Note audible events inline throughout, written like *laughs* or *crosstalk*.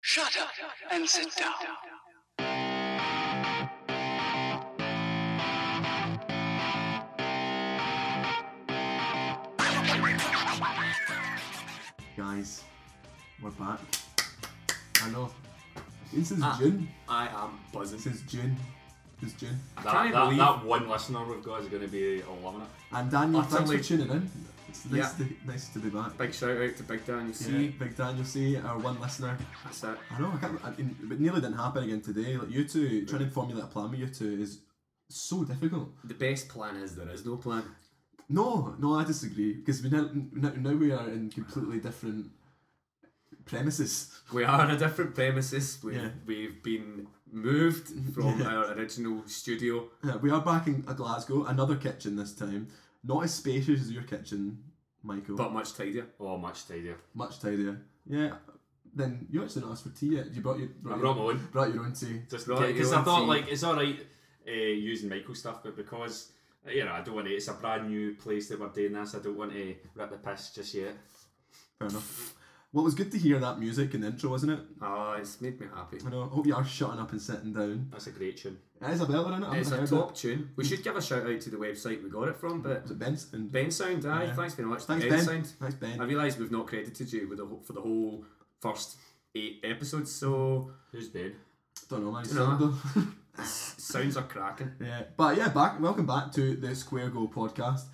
Shut up and sit down. Guys, we're back. I know. This is Ah. June. I am buzzing. This is June. This is June. That, That, can't that, believe that one listener we've got is going to be loving it. And Daniel, Utterly- thanks for tuning in. It's nice, Yeah. to, nice to be back. Big shout out to Big Dan. You see, Yeah, Big Daniel C, our one listener. that's it. I know, I can't, I, it it nearly didn't happen again today. Like you two, trying to formulate a plan with you two is so difficult. The best plan is there is no plan. No, no, I disagree because we now, now now we are in completely different premises. We are on a different premises. We've, Yeah. we've been moved *laughs* from Yeah. our original studio. Yeah, Uh, we are back in Glasgow, another kitchen this time. Not as spacious as your kitchen, Michael. But much tidier. Oh, much tidier. much tidier. Yeah. Then you actually not asked for tea yet. You brought your I brought, brought your, my own. brought your own tea. Just Brought because your I own thought tea. like it's all right uh, using Michael stuff, but because you know I don't want to. It's a brand new place that we're doing this. I don't want to rip the piss just yet. Fair enough. Well, it was good to hear that music in the intro, wasn't it? Oh, it's made me happy. I know. I hope you are shutting up and sitting down. That's a great tune. It is a belter, isn't it? I It's a haven't top tune. We should give a shout out to the website we got it from, but It. Was it Benson? Ben Sound, aye, Yeah. thanks very much. Thanks, ben, Ben. Sound. Thanks, Ben. I realise we've not credited you with the, whole- for the whole first eight episodes, so Who's Ben? Don't know, man. he's *laughs* No. sound though. sounds are cracking. Yeah, Uh, but yeah, back welcome back to the Square Go podcast,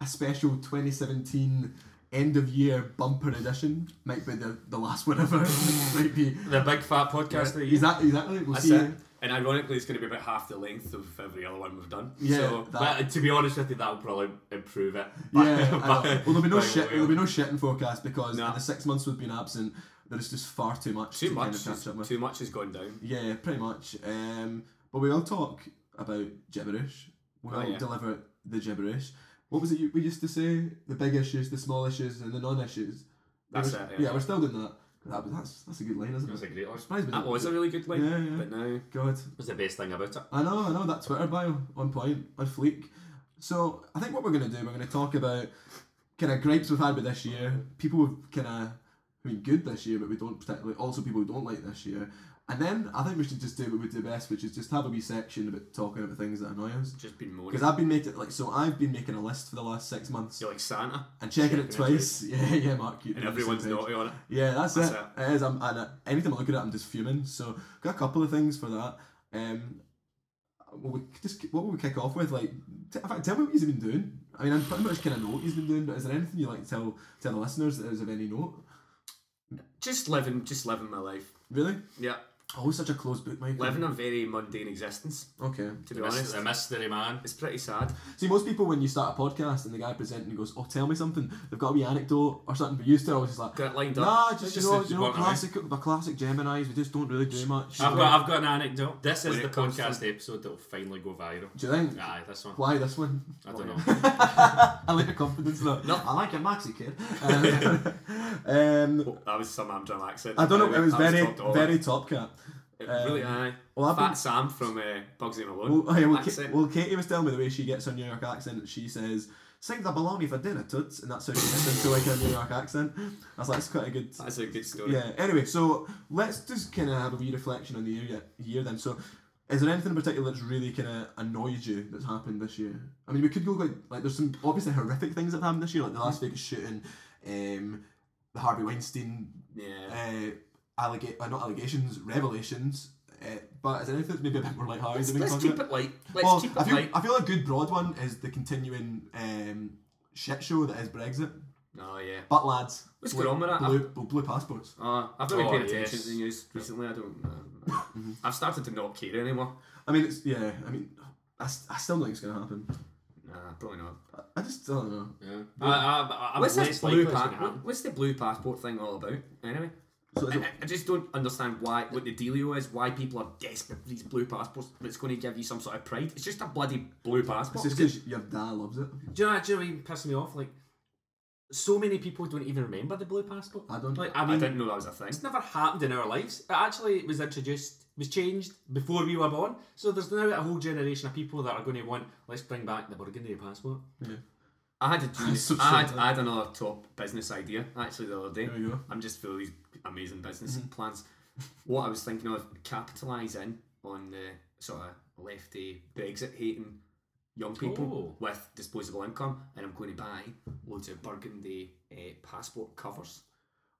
a special 2017 end of year bumper edition. Might be the, the last one ever. *laughs* Might be The big fat podcast of the year. exactly exactly. We'll That's see. *laughs* it. And ironically, it's going to be about half the length of every other one we've done. Yeah, So, that- But to be honest with you, that'll probably improve it. *laughs* yeah. I know. well, there'll be no by a shit. little. There'll be no shitting forecast because No. in the six months we've been absent, there is just far too much too to much. kind of catch is- up with. too much has gone down. Yeah, pretty much. Um, but we will talk about gibberish. We'll Oh, yeah. deliver the gibberish. What was it you, we used to say? The big issues, the small issues, and the non-issues. We That's were- it, yeah. we're still doing that. That was that's that's a good line, isn't It was it? a great one. It Surprised me That was a really good line, Yeah, yeah. but now God. was the best thing about it. I know, I know that Twitter bio on point, on fleek. So I think what we're gonna do, we're gonna talk about kind of gripes we've had with this year, people we've kind of I mean good this year, but we don't particularly also people who don't like this year. And then I think we should just do what we do best, which is just have a wee section about talking about things that annoy us. it's just been Because moaning. I've been making like so I've been making a list for the last six months You're like Santa, and checking it Checking it twice. *laughs* Yeah, yeah, Mark. you- and you're on the same everyone's page. naughty on it. Yeah, that's, That's it. It is. I'm, and uh, anytime I look at it, I'm just fuming. So, got a couple of things for that. Um, well, we could just what will we kick off with? Like, t- in fact, tell me what he's been doing. I mean, I'm pretty much kind of know what he's been doing. But is there anything you like to tell tell the listeners that is of any note? Just living, just living my life. Really? Yeah, Always such a closed book, Michael. living a very mundane existence. Okay. To be The, mys- honest, the mystery man. it's pretty sad. See, most people when you start a podcast and the guy presenting goes, "Oh, tell me something," they've got a wee anecdote or something. But you still always just like. Got it lined up. Nah, just, Just you know, the- you know, what I mean. classic, the classic Gemini's. We just don't really do much. I've got, I've got an anecdote. This is When the it comes podcast episode that'll finally go viral. do you think? Aye, this one. Why this one? I don't know. I like the confidence though. No, I like your maxi kid. Um, um, Oh, that was some Amdram accent. I don't know. It was That very, top dollar. very top cat. It really, aye. well, I've Fat been- Sam from uh, Bugsy Well, Malone. oh, yeah, well, Ka- accent. well, Katie was telling me the way she gets her New York accent. She says, "Sing the baloney for dinner, toots," and that's how she gets into like a New York accent. I was like, "That's quite a good." That's a good story. Yeah. Anyway, so let's just kind of have a wee reflection on the year, yet- year then. So, is there anything in particular that's really kind of annoyed you that's happened this year? I mean, we could go like like there's some obviously horrific things that have happened this year, like the Mm. Las Vegas shooting, um, the Harvey Weinstein Yeah. uh, allega- uh, not allegations, revelations. Uh, but is there anything that's maybe a bit more lighthearted? than we Let's talk keep about? it light. Let's well, keep I it feel, light. I feel a good broad one is the continuing um, shit show that is Brexit. Oh yeah. But lads, What's blue, going on with that? blue, blue passports. Uh, I've not been Oh, paying attention yes. to the news recently. I don't. Uh, I've started to not care anymore. I mean, it's yeah. I mean, I, s- I still don't think it's gonna happen. Nah, probably not. I just don't know. Yeah. I, I, I, Uh, What's I'm less this likely blue it's gonna pa- happen. what- What's the blue passport thing all about? Anyway, So is I, it, I- I just don't understand why what the dealio is. Why people are desperate for these blue passports? That's going to give you some sort of pride. It's just a bloody blue it's passport. just because your dad loves it. Do you know, do you know what even pissed me off? Like, so many people don't even remember the blue passport. I don't. Like, I, I mean, didn't know that was a thing. it's never happened in our lives. It actually was introduced, was changed before we were born. So there's now a whole generation of people that are going to want, let's bring back the Burgundy passport. I *laughs* had a genius. So I, had, shit. I had another top business idea actually the other day. There we go. Mm-hmm. I'm just full of these amazing business plans. what I was thinking of capitalising on the sort of lefty Brexit hating young people Oh. with disposable income, and I'm going to buy loads of burgundy eh, passport covers.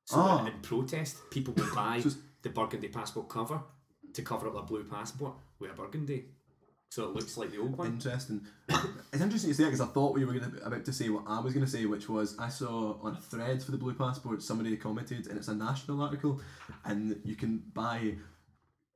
So Ah. that in protest, people will *laughs* buy So it's- the burgundy passport cover to cover up their blue passport with a burgundy, so it looks like the old one. Interesting. it's interesting you say that because I thought we were gonna, about to say what I was going to say, which was I saw on a thread for the Blue Passport somebody commented, and it's a national article, and you can buy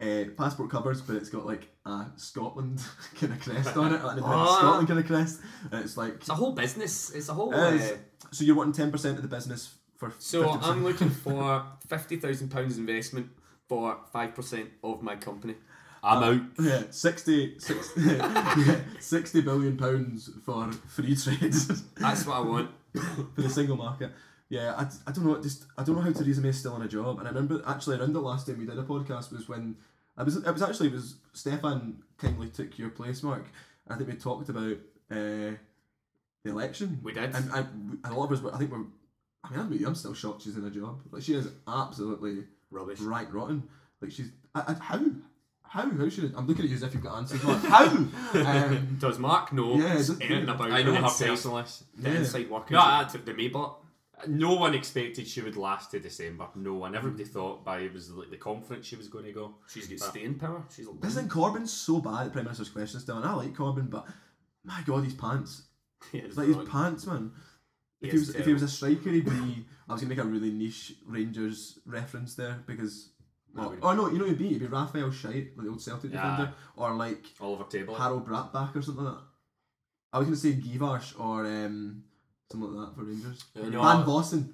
uh, passport covers, but it's got like a Scotland *laughs* kind of crest on it, like a Oh. Scotland kind of crest, and it's like It's a whole business. It's a whole. It is. eh, so you're wanting ten percent of the business for So 50%. *laughs* I'm looking for fifty thousand pounds investment for five percent of my company. I'm out. Yeah, 60, six- *laughs* yeah, 60 billion pounds for free trade *laughs* for That's what I want. *laughs* the single market. Yeah, I, I don't know. Just I don't know how Theresa May's still in a job. And I remember actually around the last time we did a podcast was when I was it was actually it was Stefan kindly took your place, Mark. I think we talked about uh, the election. We did. and, and a lot of us. were- I think we're. I mean, I'm, with you, I'm still shocked she's in a job. Like she is absolutely Rubbish. right rotten. Like she's I, I, how how how should I'm looking at you as if you've got answers. Mark. *laughs* how? Um, Does Mark know Yeah, it doesn't- anything about I know *laughs* her himself, personally. the Yeah. inside workings No, I- of the Maybot? No one expected she would last to December. No one. Everybody thought by it was like the conference she was going to go. She's got staying power. She's a This thing Corbyn's so bad at Prime Minister's questions still, and I like Corbyn, but my god, his pants. *laughs* Yeah, it's Like his wrong. pants, man. If He he, is was, if he was a striker, he'd be. I was gonna make a really niche Rangers reference there because. Oh, would- oh, no, you know who'd be? It'd be Raphael Shite, like the old Celtic Yeah. Oh. defender, or like Oliver Table. Harold Bratback or something like that. I was gonna say Givarsh or um, something like that for Rangers. No. Van Bossen.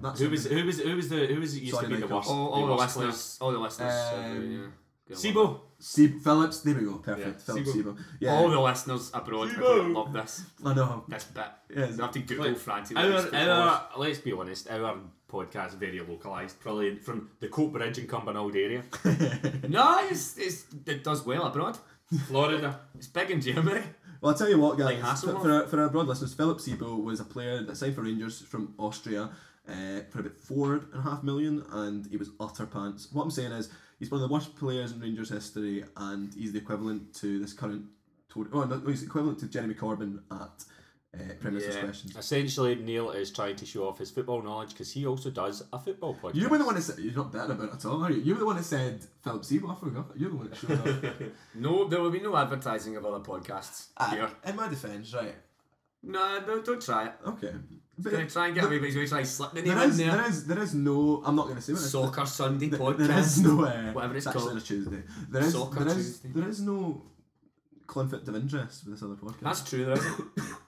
That's Who was who was who was the who was it used Sorry, to be the Michael. worst? all, all the the worst player? listeners. All the listeners. Um, Um, yeah. Sibo. Seb- Phillips, there we go, perfect. Yeah, Oh, Phillips Sebo. Sebo. Yeah, All the listeners abroad are Sibo. gonna love this. I know. This bit. Yeah, You have to Google Like, Francie. like these Our, footballers. our, let's be honest, our podcast is very localised, probably from the Coat Bridge and Cumbernauld area. No, it's, it's, it does well abroad. *laughs* Florida. It's big in Germany. well, I'll tell you what, guys. Like for, Hasselhoff? for, our, for our broad listeners, Philip Sebo was a player that signed for Rangers from Austria uh, for about four and a half million, and he was utter pants. What I'm saying is, he's one of the worst players in Rangers history, and he's the equivalent to this current. Tory- Oh, no, he's equivalent to Jeremy Corbyn at uh, Prime Minister's Yeah. Questions. Essentially, Neil is trying to show off his football knowledge because he also does a football podcast. You were the one that said, you're not bitter about it at all, are you? You were the one that said Philip Sebo, I forgot. You're the one that showed *laughs* up. No, there will be no advertising of other podcasts Ah, here. In my defence, right. No, no, don't try it. Okay. But Gonna try and get away, but he's gonna try and slip the name there is in there. there is there is no I'm not gonna say what it is. Soccer *laughs* Sunday There- podcast. there is no uh, Whatever it's actually called. on a Tuesday. There is Soccer there is Tuesday. there is no conflict of interest with this other podcast. That's true, there isn't.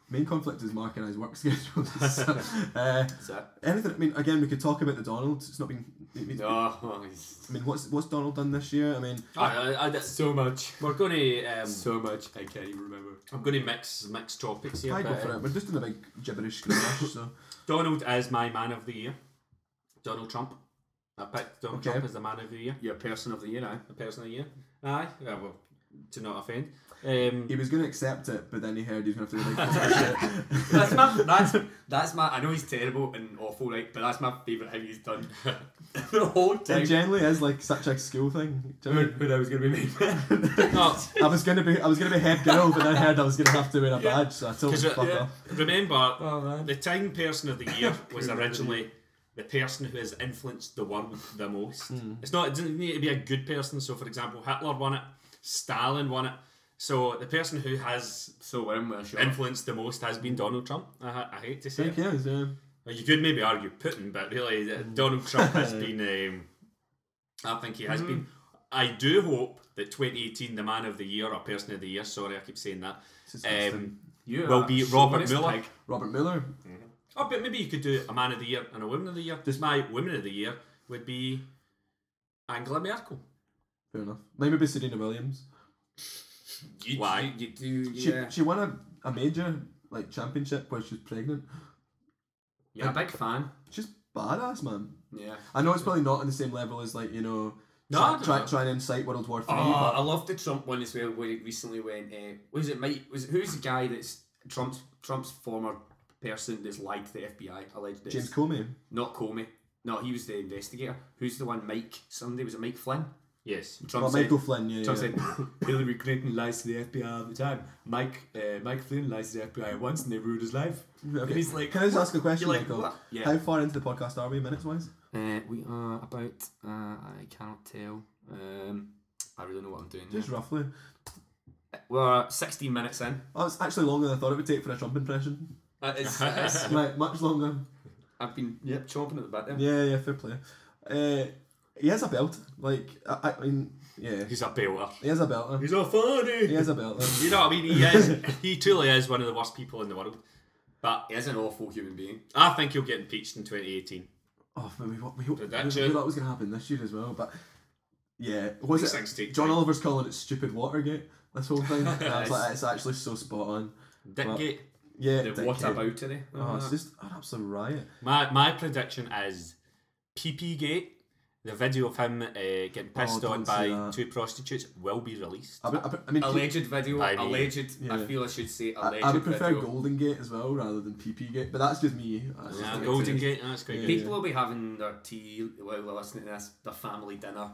Main conflict is Mark and I's work *laughs* schedules. So, uh, Is it? anything I mean again we could talk about the Donald. It's not been it- it's- No, oh, *laughs* he's- I mean what's what's Donald done this year? I mean I, I, I, so much, we're going to. Um, so much. I can't even remember. Oh, I'm going to mix mix topics here. I go but, for uh, it. We're just in a big gibberish crash, so Donald is my man of the year. Donald Trump. I picked Donald Okay. Trump as the man of the year, You're a person of the year, eh? the person of the year. Aye, yeah, well, to not offend. Um, he was gonna accept it, but then he heard he was gonna have *laughs* to do like shit. *laughs* That's my, that's, *laughs* that's my. I know he's terrible and awful, right? But that's my favourite thing he's done *laughs* the whole time. It generally is like such a school thing. Do you know what I mean? Who who knows gonna be me? *laughs* no, I was gonna be I was gonna be head girl, but then I heard I was gonna have to wear *laughs* a Yeah. badge, so I told him uh, Because, to fuck yeah, off. remember, oh man. the Time Person of the Year was originally the person who has influenced the world the most. Hmm. It's not. It doesn't need to be a good person. So, for example, Hitler won it. Stalin won it. So, the person who has So we're in with a show. influenced the most has been Donald Trump. I, ha- I hate to say it. Heck yeah, it's, uh, Well, You could maybe argue Putin, but really, Hmm. uh, Donald *laughs* Trump has been. Um, I think he has Hmm. been. I do hope that 2018, the Man of the Year or Person of the Year. Sorry, I keep saying that. disgusting. Um, You will are be a Robert chauvinist Mueller. pig. Robert Mueller. Oh, but maybe you could do a man of the year and a woman of the year. Just my woman of the year would be Angela Merkel. Fair enough. Like maybe Serena Williams. You, Why? You, you do. She yeah. she won a, a major like championship where she was pregnant. You're a big fan. She's badass, man. Yeah. I know it's probably not on the same level as like you know. No, I try, don't try, know. trying to incite World War Three. Oh, I but love the Trump one as well. Where he recently went, uh, was it Mike? Was it, who's the guy that's Trump's Trump's former person that's liked the FBI? Alleged James it's- Comey. not Comey. No, he was the investigator. Who's the one? Mike. Somebody was it Mike Flynn? Yes. Trump Well, said- Michael Flynn, yeah, yeah. Trump said *laughs* Hillary Clinton lies to the FBI all the time. Mike uh, Mike Flynn lies to the FBI once and they ruined his life. Okay. And he's like, Can I just ask a question, You're like, Michael? what? Yeah. How far into the podcast are we, minutes wise? Uh, we are about. Uh, I cannot tell. Um, I really know what I'm doing. Just here. roughly. We're 16 minutes in. Oh, it's actually longer than I thought it would take for a Trump impression. *laughs* right, much longer. I've been yep chomping at the bit. there. Yeah, yeah, fair play. Uh, he has a belt. Like, I, I mean, yeah. He's a belter. He has a belter. He's a funny. He has a belter. You know what I mean? He is. *laughs* He truly is one of the worst people in the world. But He is an awful human being. I think he'll get impeached in 2018. Oh, but we, we, hope, we, we Prediction. thought it was going to happen this year as well, but yeah, was These it? things take John time. Oliver's calling it stupid Watergate. This whole thing, And I was like, it's actually so spot on. Dickgate. Yeah, The dickhead. what about today? Uh-huh. Oh, it's just an absolute riot. My my prediction is PP Gate. The video of him uh, getting pissed Oh, don't on say by that. Oh, two prostitutes will be released. I, would- I, would- I mean, alleged video. By me. Alleged. I Yeah. feel I should say I, alleged I would prefer video. Golden Gate as well rather than PP Gate, but that's just me. That's Yeah, just Golden Gate. That's quite good. People will be having their tea while they're listening to this, their family dinner.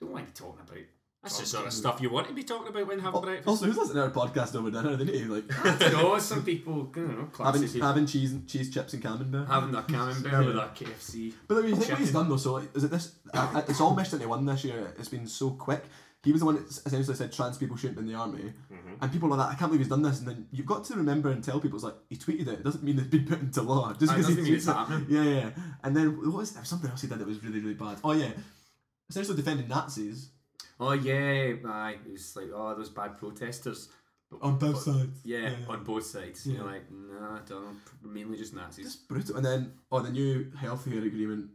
Don't want to be talking about. That's the sort of stuff you want to be talking about when Oh, having breakfast. Also, who's listening to our podcast over dinner? They need to *laughs* like you know, some people, you know, classy having, people, having cheese and cheese chips and camembert. having their camembert with their KFC. But I mean, you think what he's Chicken. done though, so like, is it this? I, I- it's all meshed into one this year. It's been so quick. He was the one that s- essentially said trans people shouldn't be in the army, Mm-hmm. and people are like, I can't believe he's done this. And then you've got to remember and tell people it's like he tweeted it. It doesn't mean it's been put into law just Aye, because he doesn't mean it's tweeted it. happening. Yeah, yeah. And then what was there was something else he did that was really really bad? Oh yeah, essentially defending Nazis Oh yeah, aye. It was like, oh, those bad protesters. on both sides. Yeah, on both sides. Yeah. You're like, nah, I don't know. Mainly just Nazis. Just brutal. And then oh, the new healthcare agreement.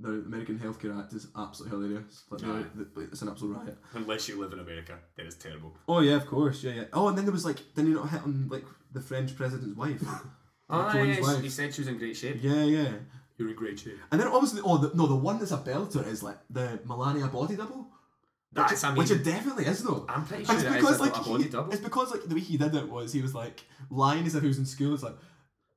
The American Healthcare Act is absolutely hilarious. Like, Aye. the- the- it's an absolute riot. Unless you live in America, that is terrible. Oh yeah, of course, yeah, yeah. Oh, and then there was like, then you not hit on like the French president's wife? Oh, John's yes, wife. he said she was in great shape. yeah, yeah. You're in great shape. And then obviously, oh the, no, the one that's a belter is like the Melania body double, That's amazing. which it definitely is though. I'm pretty sure And it's that because is a, like like, a body he, double. it's because like the way he did it was he was like lying as if he was in school. It's like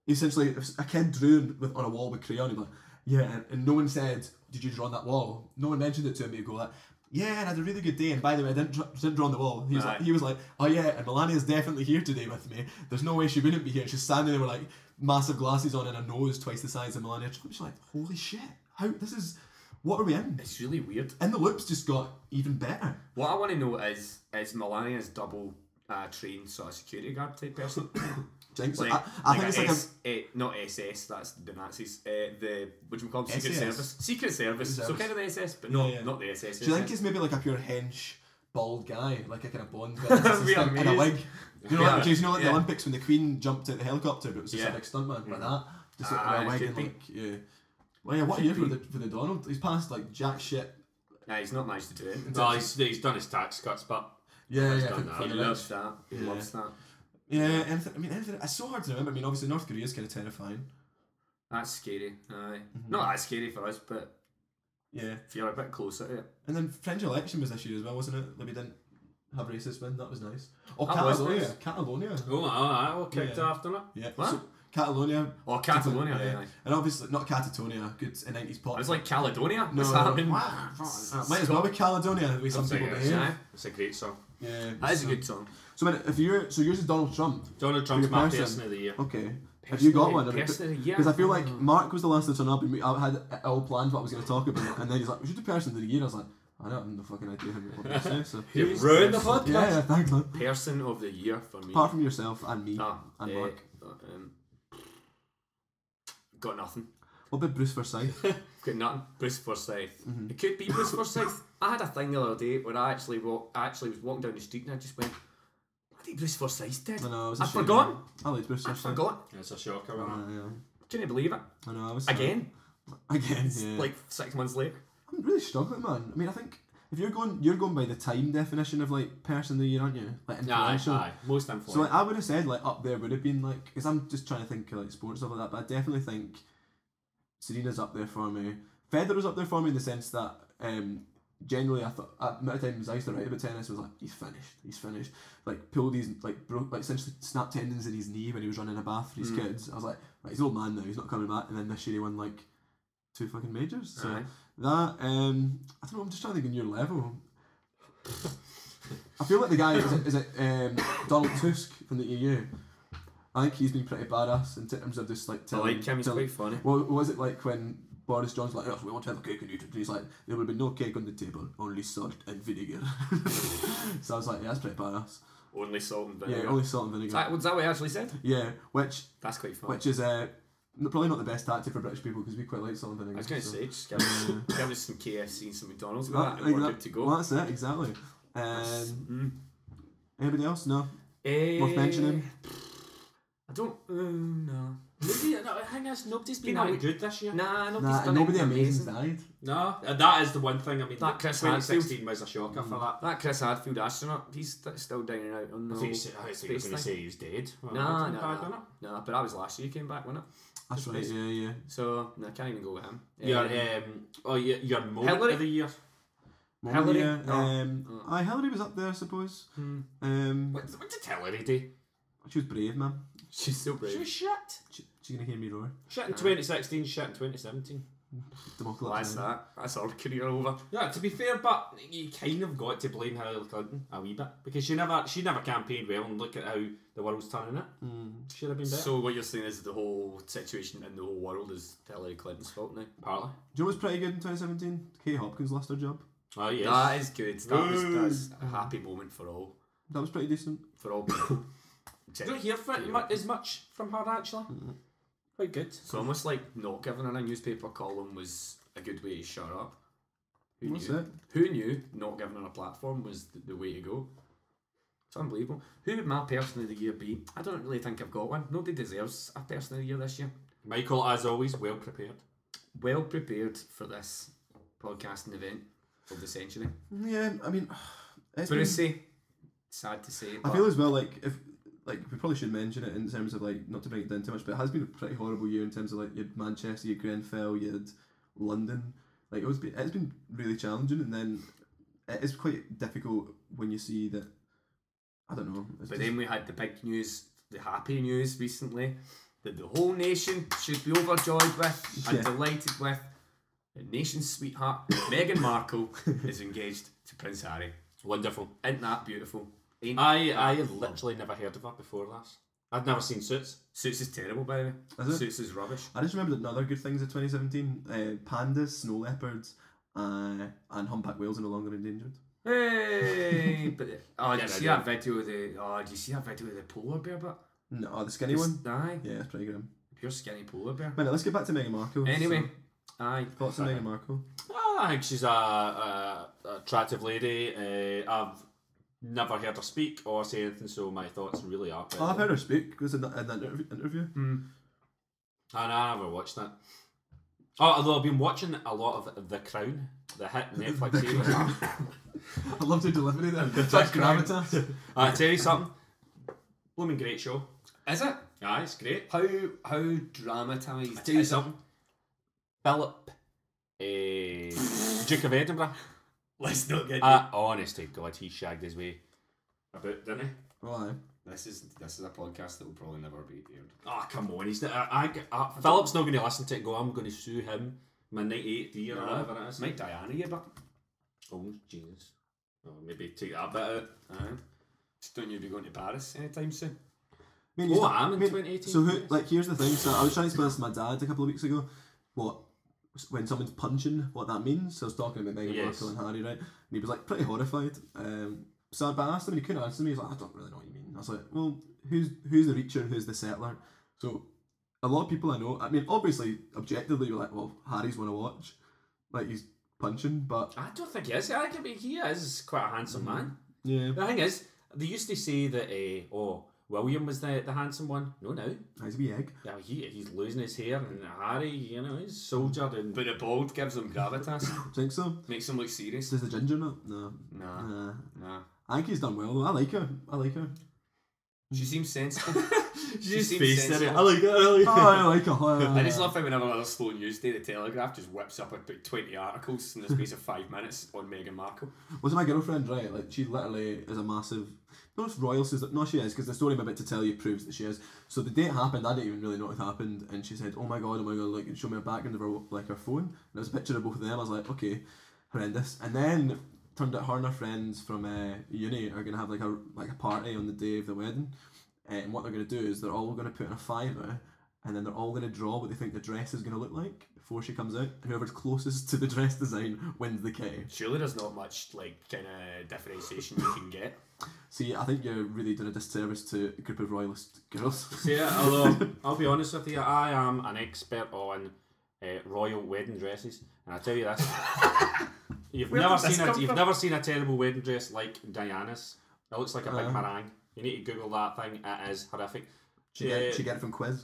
essentially if a kid drew with, on a wall with crayon. He'd be like, yeah, and, and no one said, did you draw on that wall? No one mentioned it to him. He'd go like. Yeah, and I had a really good day. And by the way, I didn't, dr- didn't draw on the wall. He was like, Aye. he was like, oh yeah, and Melania's definitely here today with me. There's no way she wouldn't be here. She's standing there with like massive glasses on and a nose twice the size of Melania Trump. She's like, holy shit, how this is, what are we in? It's really weird. And the loops just got even better. What I want to know is is Melania's double uh, trained sort of security guard *coughs* type person? Do you think so? like, I, I think like it's a like a S, eh, not SS. That's the Nazis. Uh, the what do we call them? Secret SS. Service. Secret Service. So Service. kind of the SS, but not Yeah, yeah. not the SS. Do you think SS. it's maybe like a pure hench, bald guy, like a kind of Bond *laughs* villain Be in a amazed. wig? You know, like, Yeah. do you know, like the Yeah. Olympics when the Queen jumped out the helicopter, but it was just a Yeah. big stuntman like that, just Ah, like, in a it wig could and be. like, yeah. Well, yeah, what a year for the for the Donald? He's passed like jack shit. Nah, he's not managed to do it. No, he's, he's done his tax cuts, but Yeah, He's yeah, done for- that. for He the loves rich. that. He Yeah. loves that. Yeah, anything. I mean, anything. It's so hard to remember. I mean, obviously North Korea is kind of terrifying. That's scary. Aye. Mm-hmm. Not that scary for us, but Yeah, if you're a bit closer to it. and then French election was this year as well, wasn't it? Like we didn't have racist win. That was nice. Oh, That was Catalonia, nice. Catalonia. oh, I will kick Yeah. after that. Yeah. What? So, Catalonia. Or Catalonia, yeah. And obviously not Catatonia. Good in nineties pop. I was like Caledonia. No, What's no, no. happening? Wow. Uh, might as well be Caledonia the way some It's a, people it's, behave. yeah. a, it's a great song. Yeah. That is a so- good song. So, minute, if you're so yours is Donald Trump. Donald Trump's Good my person. person of the year. Okay. Have you got Personally- one? Have you- personally, yeah. Mm. Because I feel like Mark was the last to turn up, and we, I had it all planned what I was going to talk about, and then he's like, "We should do person of the year." I was like, "I don't have no fucking idea who we're going to say." *laughs* So. You Who's ruined the the podcast. Yeah, yeah, thanks, man. Person of the year for me. Apart from yourself and me Ah, and eh, Mark, um, got nothing. what about Bruce Forsyth? Got nothing. Bruce Forsyth. Mm-hmm. It could be Bruce Forsyth. I had a thing the other day where I actually walked. I actually was walking down the street and I just went, "Bloody Bruce Forsyth dead." I *laughs* know, it was a I shame. forgot. I liked Bruce I Forsyth. forgot. It's a shocker, I man. know, Can you believe it? I know. I was uh, Again, *laughs* Again, yeah. like six months later. I'm really struggling, man. I mean, I think if you're going, you're going by the time definition of like person of the year, aren't you? Like Aye, influential. aye. Most So like, influential. I would have said like up there would have been like because I'm just trying to think of like sports stuff like that, but I definitely think Serena's up there for me. Federer's up there for me in the sense that um, generally I thought at the times I used to write about tennis I was like he's finished, he's finished. Like pulled his like broke like essentially snapped tendons in his knee when he was running a bath for his kids. I was like right, he's an old man now, he's not coming back. And then this year he won like two fucking majors. So Aye. that um, I don't know. I'm just trying to think on your level. I feel like the guy is it, is it um, Donald Tusk from the EU. I think he's been pretty badass in terms of just like I telling. like him. He's telling- quite funny. what what was it like when Boris Johnson's like, "Yes, we won't have a cake on Egypt," and he's like, "There will be no cake on the table, only salt and vinegar." *laughs* so I was like, "Yeah, that's pretty badass." Only salt and Yeah, vinegar. only salt and Is vinegar. that, was that what he actually said? Yeah, which That's quite funny. which is uh, n- probably not the best tactic for British people because we quite like salt and vinegar. I was going to so- say, just give us, *laughs* give us some KFC and some McDonald's with That- that, and we're that- good to go. Well, that's it exactly. Um, Mm. anybody else? No. Eh, Worth mentioning? I don't. Uh, no. Nobody, no, I think that's nobody's been Been that out- good this year. Nah, nobody's Nah, done nobody anything amazing's died. No, uh, that is the one thing. I mean, That Chris Mm. 2016 was a shocker for that. That Chris Hadfield astronaut, he's th- still dining out on the. I whole think you said- I think you were going space to thing. say he was dead. Well, Nah, that's nah, bad, nah, innit? nah, but that was last year he came back, wasn't it? That's right. Yeah, yeah. So, no, I can't even go with him. Your Eh, um, oh, your, your moment Hillary? of the year. Moment Hillary? here, No. Um, Oh. Aye, Hillary was up there, I suppose. hmm. Um, What, what did Hillary do? she was brave, man. *laughs* She's so She was brave. shit. She, she's gonna hear me roar. Shit in Aye. 2016, shit in 2017. Democracy. Well, that's that. That's our career over. Yeah, to be fair, but you kind of got to blame Hillary Clinton a wee bit because she never she never campaigned well, and look at how the world's turning out. Mm. Should have been better. So, what you're saying is the whole situation in the whole world is Hillary Clinton's fault now? Partly. Do you know what's pretty good in 2017? Kay Hopkins lost her job. Oh yes. That is good. That was, that's a Mm. happy moment for all. That was pretty decent. For *coughs* all people. You don't hear fr- Yeah. mu- as much Mm-hmm. from her actually. Quite good. It's almost like not giving her a newspaper column was a good way to shut her up. Who What's knew? that? Who knew not giving her a platform was the, the way to go? It's unbelievable. Who would my person of the year be? I don't really think I've got one. Nobody deserves a person of the year this year. Michael, as always, well prepared. Well prepared for this podcasting event of the century. Yeah, I mean, *sighs* it's been- Brucey, sad to say. I But feel as well like if like we probably should mention it in terms of like not to break it down too much, but it has been a pretty horrible year in terms of like you had Manchester, you had Grenfell, you had London. Like it was, be- it's been really challenging, and then it is quite difficult when you see that. I don't know. It's But just- then we had the big news, the happy news recently that the whole nation should be overjoyed with and Yeah. delighted with. The nation's sweetheart, *laughs* Meghan Markle, is engaged to Prince Harry. Wonderful. Isn't that beautiful? Ain't Uh, I that I had lovely? literally never heard of her before this. I'd never seen Suits. Suits is terrible, by the way. Is it? Suits is rubbish. I just remembered another good things of 2017: uh, pandas, snow leopards, uh, and humpback whales are no longer endangered. Hey! but *laughs* oh, Yeah, did you no, see yeah. that video of the oh, did you see that video of the polar bear? But No, oh, the skinny one. aye, Yeah, it's pretty grim. pure skinny polar bear. Minute, let's get back to Meghan Markle. Anyway, So, aye. thoughts on Meghan Markle? Ah, I think she's a, a, a attractive lady. Uh, I've never heard her speak or say anything, so my thoughts really are. Oh, I've heard her speak. It was in that, in that interv- interview. Hmm. And I never watched that. Oh, although I've been watching a lot of The Crown, the hit Netflix series. Uh, I'd love to deliver them. Such gravitas. *laughs* I tell you something, blooming great show. Is it? Aye, it's great. How how dramatised? I tell you something, Philip, eh, Duke of Edinburgh. Let's not get. Ah, honest to God, he shagged his way about, didn't he? Well, this is this is a podcast that will probably never be aired. Oh, come on. He's not, I, I, uh, Philip's not going to listen to it and go, I'm going to sue him my 98th year or No. whatever it is. Um, Might die on you, but Oh, Jesus. Oh, maybe take that bit out. aye. Just don't you be going to Paris anytime soon? I mean, Oh, I am in mean, 2018. so who? Like, here's the thing. So I was trying to explain this to my dad a couple of weeks ago. What when someone's punching, what that means. So I was talking about Meghan Yes. Markle and Harry, right? And he was like pretty horrified. Um, so but I asked him, and he couldn't answer me. He's like, I don't really know what you mean. I was like, well, who's who's the reacher and who's the settler? So a lot of people I know. I mean, obviously, objectively, you're like, well, Harry's won a watch, like he's punching, but I don't think he is. I think he is quite a handsome man. Mm. yeah, The thing is, they used to say that, eh, oh, William was the, the handsome one. No, no. he's a wee egg. Yeah, he, he's losing his hair, and Harry, you know, he's soldiered. And, But the bald gives them *laughs* gravitas, Think so? makes them look serious. Does the ginger nut? No. Nah, Nah. nah. I think he's done well though. I like her. I like her. *laughs* She seems sensible. She seems faced it. sensible. I like that. I like Oh, that. I like a horror. *laughs* I just love how whenever there's a slow news day, the Telegraph just whips up about 20 articles in the space of five minutes on Meghan Markle. Was my girlfriend right? Like she literally is a massive. No, it's royal. Says that no, she is because the story I'm about to tell you proves that she is. So the day it happened, I didn't even really know what happened, and she said, "Oh my god, oh my god!" Like and show me a background of her like her phone, and it was a picture of both of them. I was like, okay, horrendous. And then turned out her and her friends from uh, uni are gonna have like a like a party on the day of the wedding, Eh, and what they're gonna do is they're all gonna put in a fiver. And then they're all going to draw what they think the dress is going to look like before she comes out. And whoever's closest to the dress design wins the key. Surely there's not much like kind of differentiation you can get. See, I think you're really doing a disservice to a group of royalist girls. *laughs* See, yeah, although I'll be honest with you, I am an expert on uh, royal wedding dresses, and I tell *laughs* you this: you've Where never did this seen a, come you've from? never seen a terrible wedding dress like Diana's. It looks like a big Uh-huh. meringue. You need to Google that thing. It is horrific. She get, Uh, she get it from Quiz.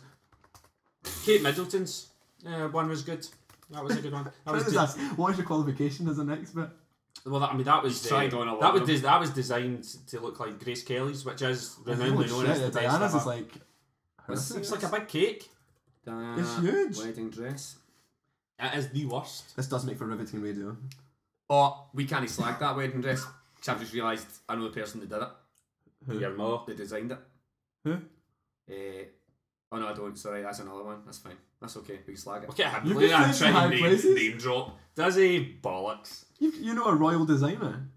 Kate Middleton's uh, one was good. That was a good one. That was What is good. that? What is your qualification as an expert? Well, that, I mean, that was eh, He's tried on a lot that was of des- that was designed to look like Grace Kelly's, which is Holy renownedly known as the shit, best Diana's ever. is like. It's, horrific. it's like a big cake. Diana, huge. Wedding dress. It is the worst. *laughs* This does make for riveting radio. Oh, we can't slag that wedding dress. 'Cause I've just realised I know the person that did it. Who? Your ma. They designed it. Who? Eh, oh no, I don't. Sorry, that's another one. That's fine. That's okay. We can slag it. Look at him. You've Look been at him saying high trying to name, places. name drop. Does he bollocks? You, you know a royal designer.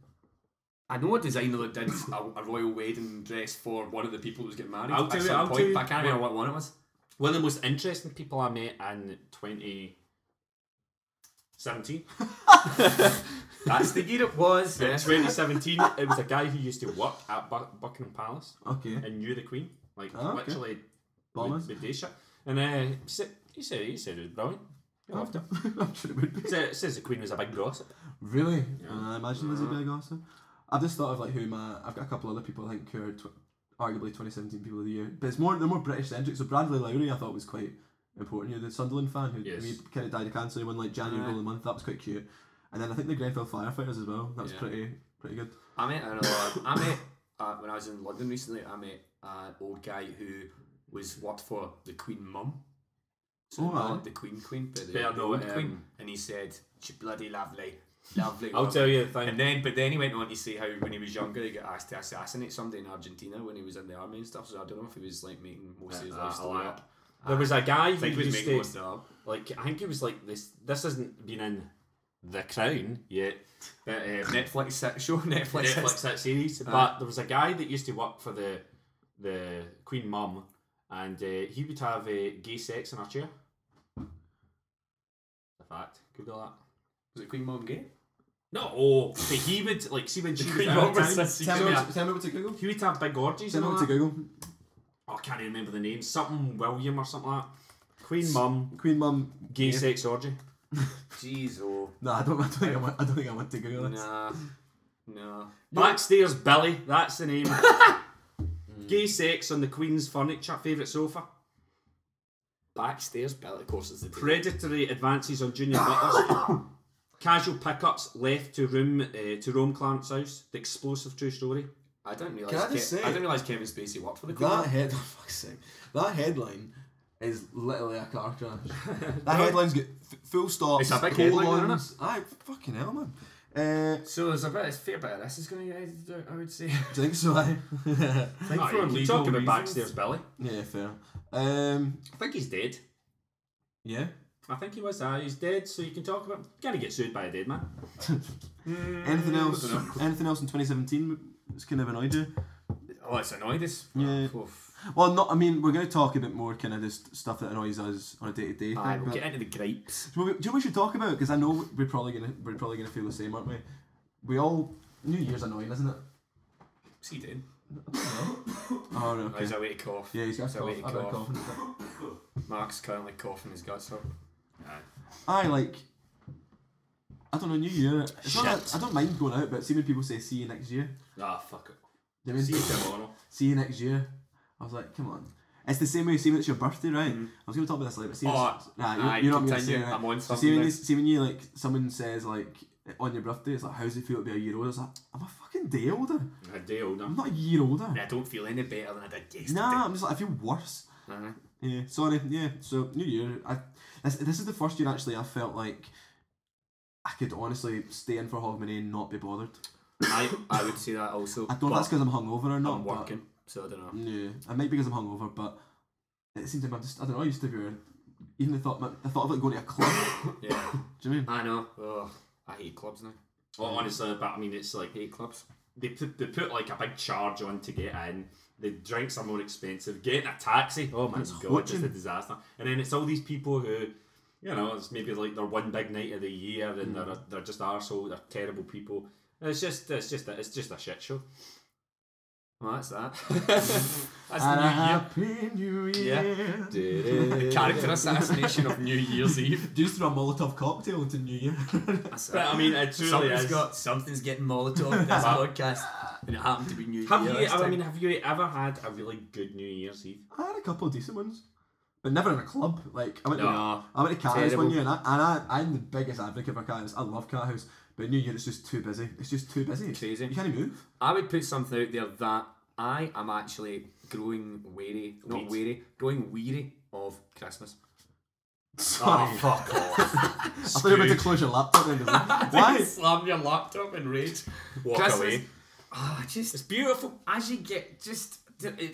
I know a designer that did a, a royal wedding dress for one of the people that was getting married. I'll at tell you- some I'll point, tell you- but I can't remember what one it was. One of the most interesting people I met in 2017. *laughs* That's the year it was. In yeah. 2017, it was a guy who used to work at Buck- Buckingham Palace Okay. and knew the Queen. Like, Oh, okay. literally, Bombers. with, with day shit. And uh, he said, he said he said it was brilliant. I loved it. *laughs* I'm sure it would be. Sa- says the Queen was a big gossip. Really? Uh, I imagine there's a Uh-huh. big also. I've just thought of like who my. I've got a couple other people I think who are tw- arguably 2017 people of the year. But it's more they're more British centric. So Bradley Lowry I thought was quite important. You're the Sunderland fan who Yes. Uh-huh. we kind of died of cancer. He won like January Aye. Roll of the month. That was quite cute. And then I think the Grenfell firefighters as well. That was Yeah. pretty pretty good. I met another. I met uh, when I was in London recently. I met an old guy who was worked for the Queen Mum. So Oh, aye. not the Queen Queen, but the, Yeah, the no, old um, Queen. And he said, "She bloody lovely, lovely." I'll woman." tell you the thing. And then, but then he went on to say how when he was younger, he got asked to assassinate somebody in Argentina when he was in the army and stuff. So I don't know if he was like making most of his Uh, life uh, story like- up. There was a guy I think who he was used making to, most of it up. like I think he was like this. This hasn't been in the Crown yet, but um, Netflix se- *laughs* show Netflix. Netflix that series. Uh-huh. But there was a guy that used to work for the the Queen Mum, and uh, he would have uh, gay sex in her chair. The fact, Google that. Was it Queen Mum gay? No, oh, but he would like see when she was *laughs* Queen out Mum of was town, sissy. Tell me what to- tell me what to Google. He would have big orgies Tell and me all what to that. Google. Oh, I can't remember the name. Something William or something like that. Queen Mum, Queen Mum. gay sex orgy. Jeez, oh, No, I don't. I don't think I want. I don't think I want to Google this. nah, nah. Backstairs Billy, that's the name. *laughs* Gay sex on the Queen's furniture, favourite sofa. Backstairs, Billy, of course, is the Predatory advances on junior *coughs* butlers. Casual pickups left to room uh, to roam Clarence's house. The explosive true story. I don't realize. Can I just say- I didn't realize Kevin Spacey worked for the Queen. That head, *laughs* oh, fuck's sake. That headline is literally a car *laughs* crash. that headline's got f- full stops. It's a big headline, isn't colons. Aye, fucking hell, man. Uh, So there's a bit, a fair bit of this is going to get edited out. I would *laughs* say. do you think so? Aye. *laughs* Think Aye, you keep talking about Backstairs Billy. yeah, fair. Um, I think he's dead. yeah. I think he was. Uh, he's dead, so you can talk about. You're gonna get sued by a dead man. Anything else? Anything else in 2017? It's kind of annoyed you. Oh, it's annoyed us. Yeah. Oof. Well, not. I mean, we're going to talk a bit more kind of just stuff that annoys us on a day to day. Aye, we'll get into the grapes. Do you know what we should talk about? Because I know we're probably gonna we're probably gonna feel the same, aren't we? We all New Year's annoying, isn't it? See, Dan. Oh, right, Oh, okay. he's away to cough. Yeah, he's got a So cough. he I've got a cough. cough. and stuff. *laughs* Mark's currently coughing his guts off. I like. I don't know. New Year. It's not Shit. that- I don't mind going out, but see when people say "see you next year," Ah, fuck it. Do you mean See you tomorrow. "see you next year"? I was like, come on. It's the same way. See when it's your birthday, right? I was gonna talk about this later. But see, when- Mm-hmm. Oh, nah, you, aye, you know what I'm gonna say. continue. Right? I'm on So something see when, now. you, see when you like someone says like on your birthday, it's like, "How's it feel to be a year old?" I was like, "I'm a fucking fucking day older. A day older. I'm not a year older. I don't feel any better than I did yesterday. Nah, I'm just like, I feel worse. Aye. Yeah, sorry. Yeah, so New Year. I this, this is the first year actually I felt like I could honestly stay in for half my day and not be bothered. I, I would say that also. I don't know but if that's because I'm hungover or not. I'm but- working, so I don't know. Yeah, I might be because I'm hungover, but it seems like I'm just I don't know. I used to be weird. even the thought the thought of it going to a club. Yeah, do you know what I know. Ugh, I hate clubs now. Well, honestly, but I mean, it's like hate clubs. they put, they put like a big charge on to get in. The drinks are more expensive. Getting a taxi, oh my god, just a coaching. disaster. And then it's all these people who, you know, it's maybe like their one big night of the year, and they're they're just arsehole, they're terrible people. It's just it's just a, it's just a shit show. Well, that's that. *laughs* That's I mean? And a the happy New Yeah. Year. New Year. Character assassination of New Year's Eve. Just throw a Molotov cocktail into New Year. *laughs* *laughs* That's But I mean, it truly something's is. got something's getting molotov in this podcast, and it happened to be New Have Year. you? this I time. mean, have you ever had a really good New Year's *laughs* Eve? I had a couple of decent ones, but never in a club. Like I went to No. I went to Cat House Terrible. one year, and, I, and I, I'm the biggest advocate for Cat House. I love Cat House, but New Year it's just too busy. It's just too busy. Crazy. You can't even move. *laughs* I would put something out there that I am actually growing weary, not Weed. weary, growing weary of Christmas. Sorry. fuck off! I thought you were about to close your laptop. Then, why? Slam your laptop and rage. Walk Christmas. away. Ah, just It's beautiful. as you get, just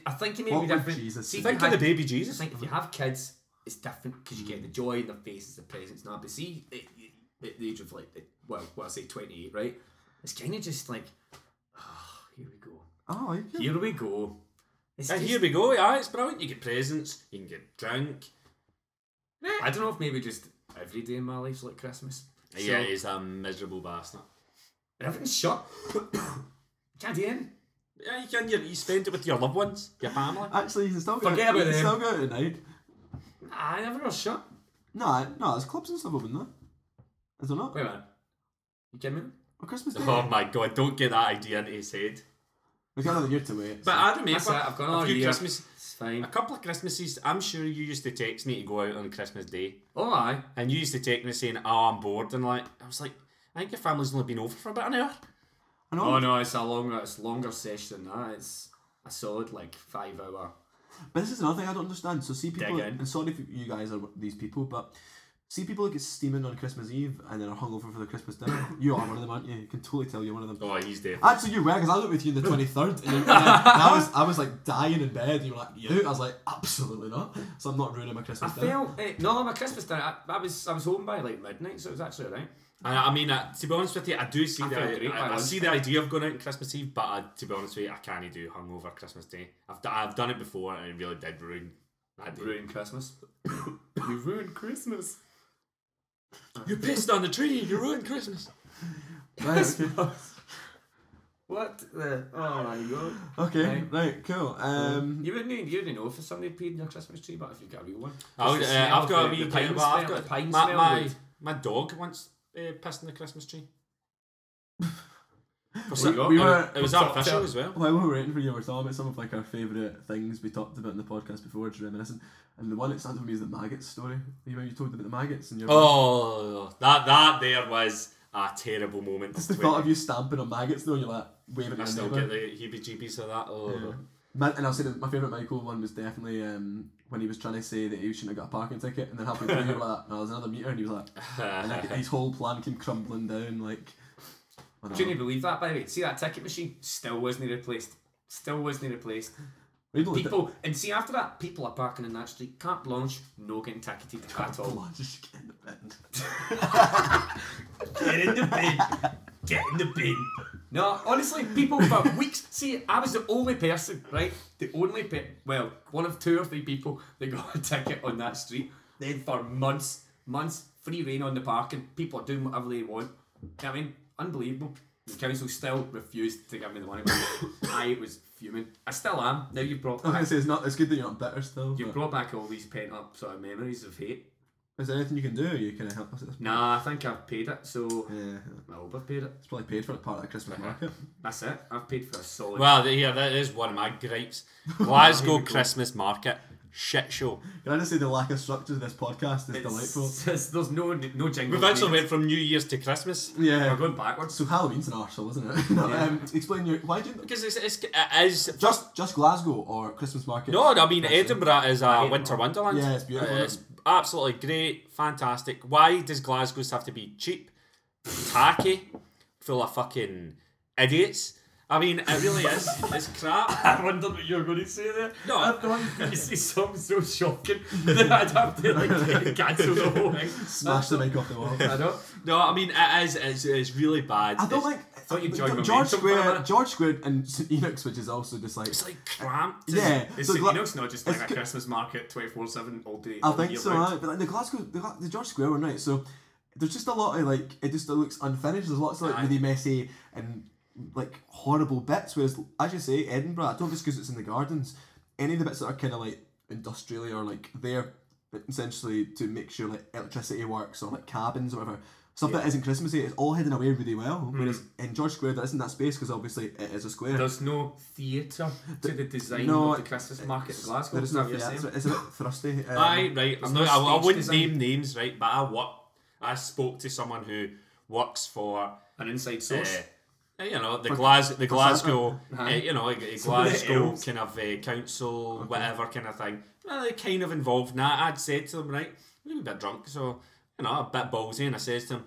I think it may What be would different. Jesus See, say? if you Think of the had- baby I Jesus. think if you have kids, it's different because you get the joy in their faces, the presents, and that. But see, at, at the age of like, the- well, what I say, twenty eight, right? It's kind of just like, *sighs* ah, here we go, Oh, you can. here we go. It's And just- here we go. Yeah, it's brilliant. You get presents. You can get drink. I don't know if maybe just every day in my life's like Christmas. yeah, So- he's a miserable bastard. Everything's shut. *coughs* Can't hear him. Yeah, you can. You, you spend it with your loved ones, your family. Actually, you can still go. Forget about you can them. still go out tonight. Nah, everyone's shut. No, no, there's clubs and stuff open there. Is there not? Wait a minute. You kidding me? On Christmas Day? *laughs* Oh my god! Don't get that idea into his head. We've got another year to wait. But I remember That's it, I've gone all a few year. Christmas, It's fine. a couple of Christmases. I'm sure you used to text me to go out on Christmas Day. Oh, aye. And you used to text me saying, "Oh, I'm bored," and like I was like, "I think your family's only been over for about an hour." I know. Oh no, it's a longer, it's longer session than that. It's a solid like five hour. But this is another thing I don't understand. So see people, Dig in. and sorry if you guys are these people, but see people that get steaming on Christmas Eve and then are hungover for the Christmas dinner. you are one of them, aren't you? You can totally tell you're one of them. Oh, he's dead. Actually, you were because I looked with you on the twenty third, and, you- and I was I was like dying in bed. And you were like, you? out?" I was like, absolutely not. So I'm not ruining my I Christmas dinner. felt eh, no, my Christmas dinner. I, I was I was home by like midnight, so it was actually alright. And I mean, uh, to be honest with you, I do see I the felt great I, by I, see lunchtime. the idea of going out on Christmas Eve, but I, to be honest with you, I can't do hungover Christmas Day. I've d- I've done it before, and it really did ruin that day. Ruined *coughs* Christmas. you ruined Christmas. You pissed on the tree. You ruined Christmas. Right, okay. *laughs* What the? Oh my god. Okay, Right. right, cool. Um, You wouldn't need, you wouldn't know if somebody peed in your Christmas tree, but if you got a real one. I would, Just the uh, smell I've got a of the- wee the pint pine of I've smell- got the pine my smell my, would- my dog once uh, pissed in the Christmas tree. For some- some, we it, were- it was Top artificial tip. as well. While we were waiting for you, we were talking about some of like our favourite things we talked about in the podcast before, just reminiscing. And the one that stands with me is the maggots story. You know, you told about the maggots and your Oh, that that there was a terrible moment. Just the When- thought of you stamping on maggots though, and you're like waving I at still your get neighbour. the heebie-jeebies of that. Oh. Yeah. Man, and I'll say that my favourite Michael one was definitely um, when he was trying to say that he shouldn't have got a parking ticket, and then halfway through you were like, "No, there's another meter," and he was like, and like, *laughs* his whole plan came crumbling down. Like, I don't Can you know. believe that? By the way, see that ticket machine still wasn't replaced. Still wasn't replaced. We don't- People and see after that, people are parking in that street. Carte blanche, no getting ticketed at all. Blood, Oh, just get in the bin. Get in the bin. Get in the bin. No, honestly, people for *laughs* weeks. See, I was the only person, right? The only pe- well, one of two or three people that got a ticket on that street. Then for months, months, free reign on the parking. People are doing whatever they want. You know what I mean, unbelievable. The council still refused to give me *coughs* the money. I was fuming. I still am. Now you brought I was back, gonna say it's not. It's good that you're not bitter still. you but brought back all these pent up sort of memories of hate. is there anything you can do? Or you can help us. at this point? Nah, I think I've paid it, so Yeah, I hope I've paid it. it's probably paid for it part of the Christmas Uh-huh. market. That's it. I've paid for a *laughs* solid. Well, th- yeah, that is one of my gripes. Glasgow Christmas market. shit show. Can I just say the lack of structure to this podcast is delightful? *laughs* There's, there's no no jingle. We've actually went from New Year's to Christmas We're Yeah. going backwards. So Halloween's an arsehole, isn't it? *laughs* no, Yeah. um, explain your why do you because it's, it's it is just just Glasgow or Christmas market? No, I mean Actually. Edinburgh is a Edinburgh. winter wonderland. Yeah, it's beautiful, Uh, It's absolutely great, fantastic. Why does Glasgow's have to be cheap, tacky, full of fucking idiots? I mean, it really is. It's crap. I wondered what you were going to say there. No, I *laughs* thought you were going to say something *laughs* so shocking that I'd have to like *laughs* cancel the whole thing. Smash the mic off the *laughs* wall. I know. No, I mean it is. It's, it's really bad. I don't it's, like thought you'd join George momentum for a Square, minute. George Square, and St Enoch's, which is also just like It's like cramped. yeah. It's so St. Gla- Enoch's not just like it's a g- Christmas market 24 7 all day. I all think year so, round. aye. but like the Glasgow, the, Gla- the George Square one, right? So there's just a lot of like it just looks unfinished. There's lots of like Aye. really messy and like horrible bits. Whereas, as you say, Edinburgh, I don't know if it's because it's in the gardens. Any of the bits that are kind of like industrially or like there, essentially to make sure like electricity works or like cabins or whatever. Stuff that isn't Christmassy, it's all hidden away really well. Hmm. Whereas in George Square, there isn't that space because obviously it is a square. There's no theatre to the design no, of the Christmas market in Glasgow. There is isn't that a what you're theatre. saying? *laughs* It's a bit thrusty. Um, Aye, right. I'm no not, I, I stage wouldn't design. name names, right? But I work. I spoke to someone who works for An inside uh, source. uh, you know the Glas the Glasgow uh, Aye. you know a- a Some of the Glasgow elves. kind of uh, council whatever kind of thing well, they kind of involved in that I'd said to them right I'm a bit drunk so you know a bit ballsy and I says to them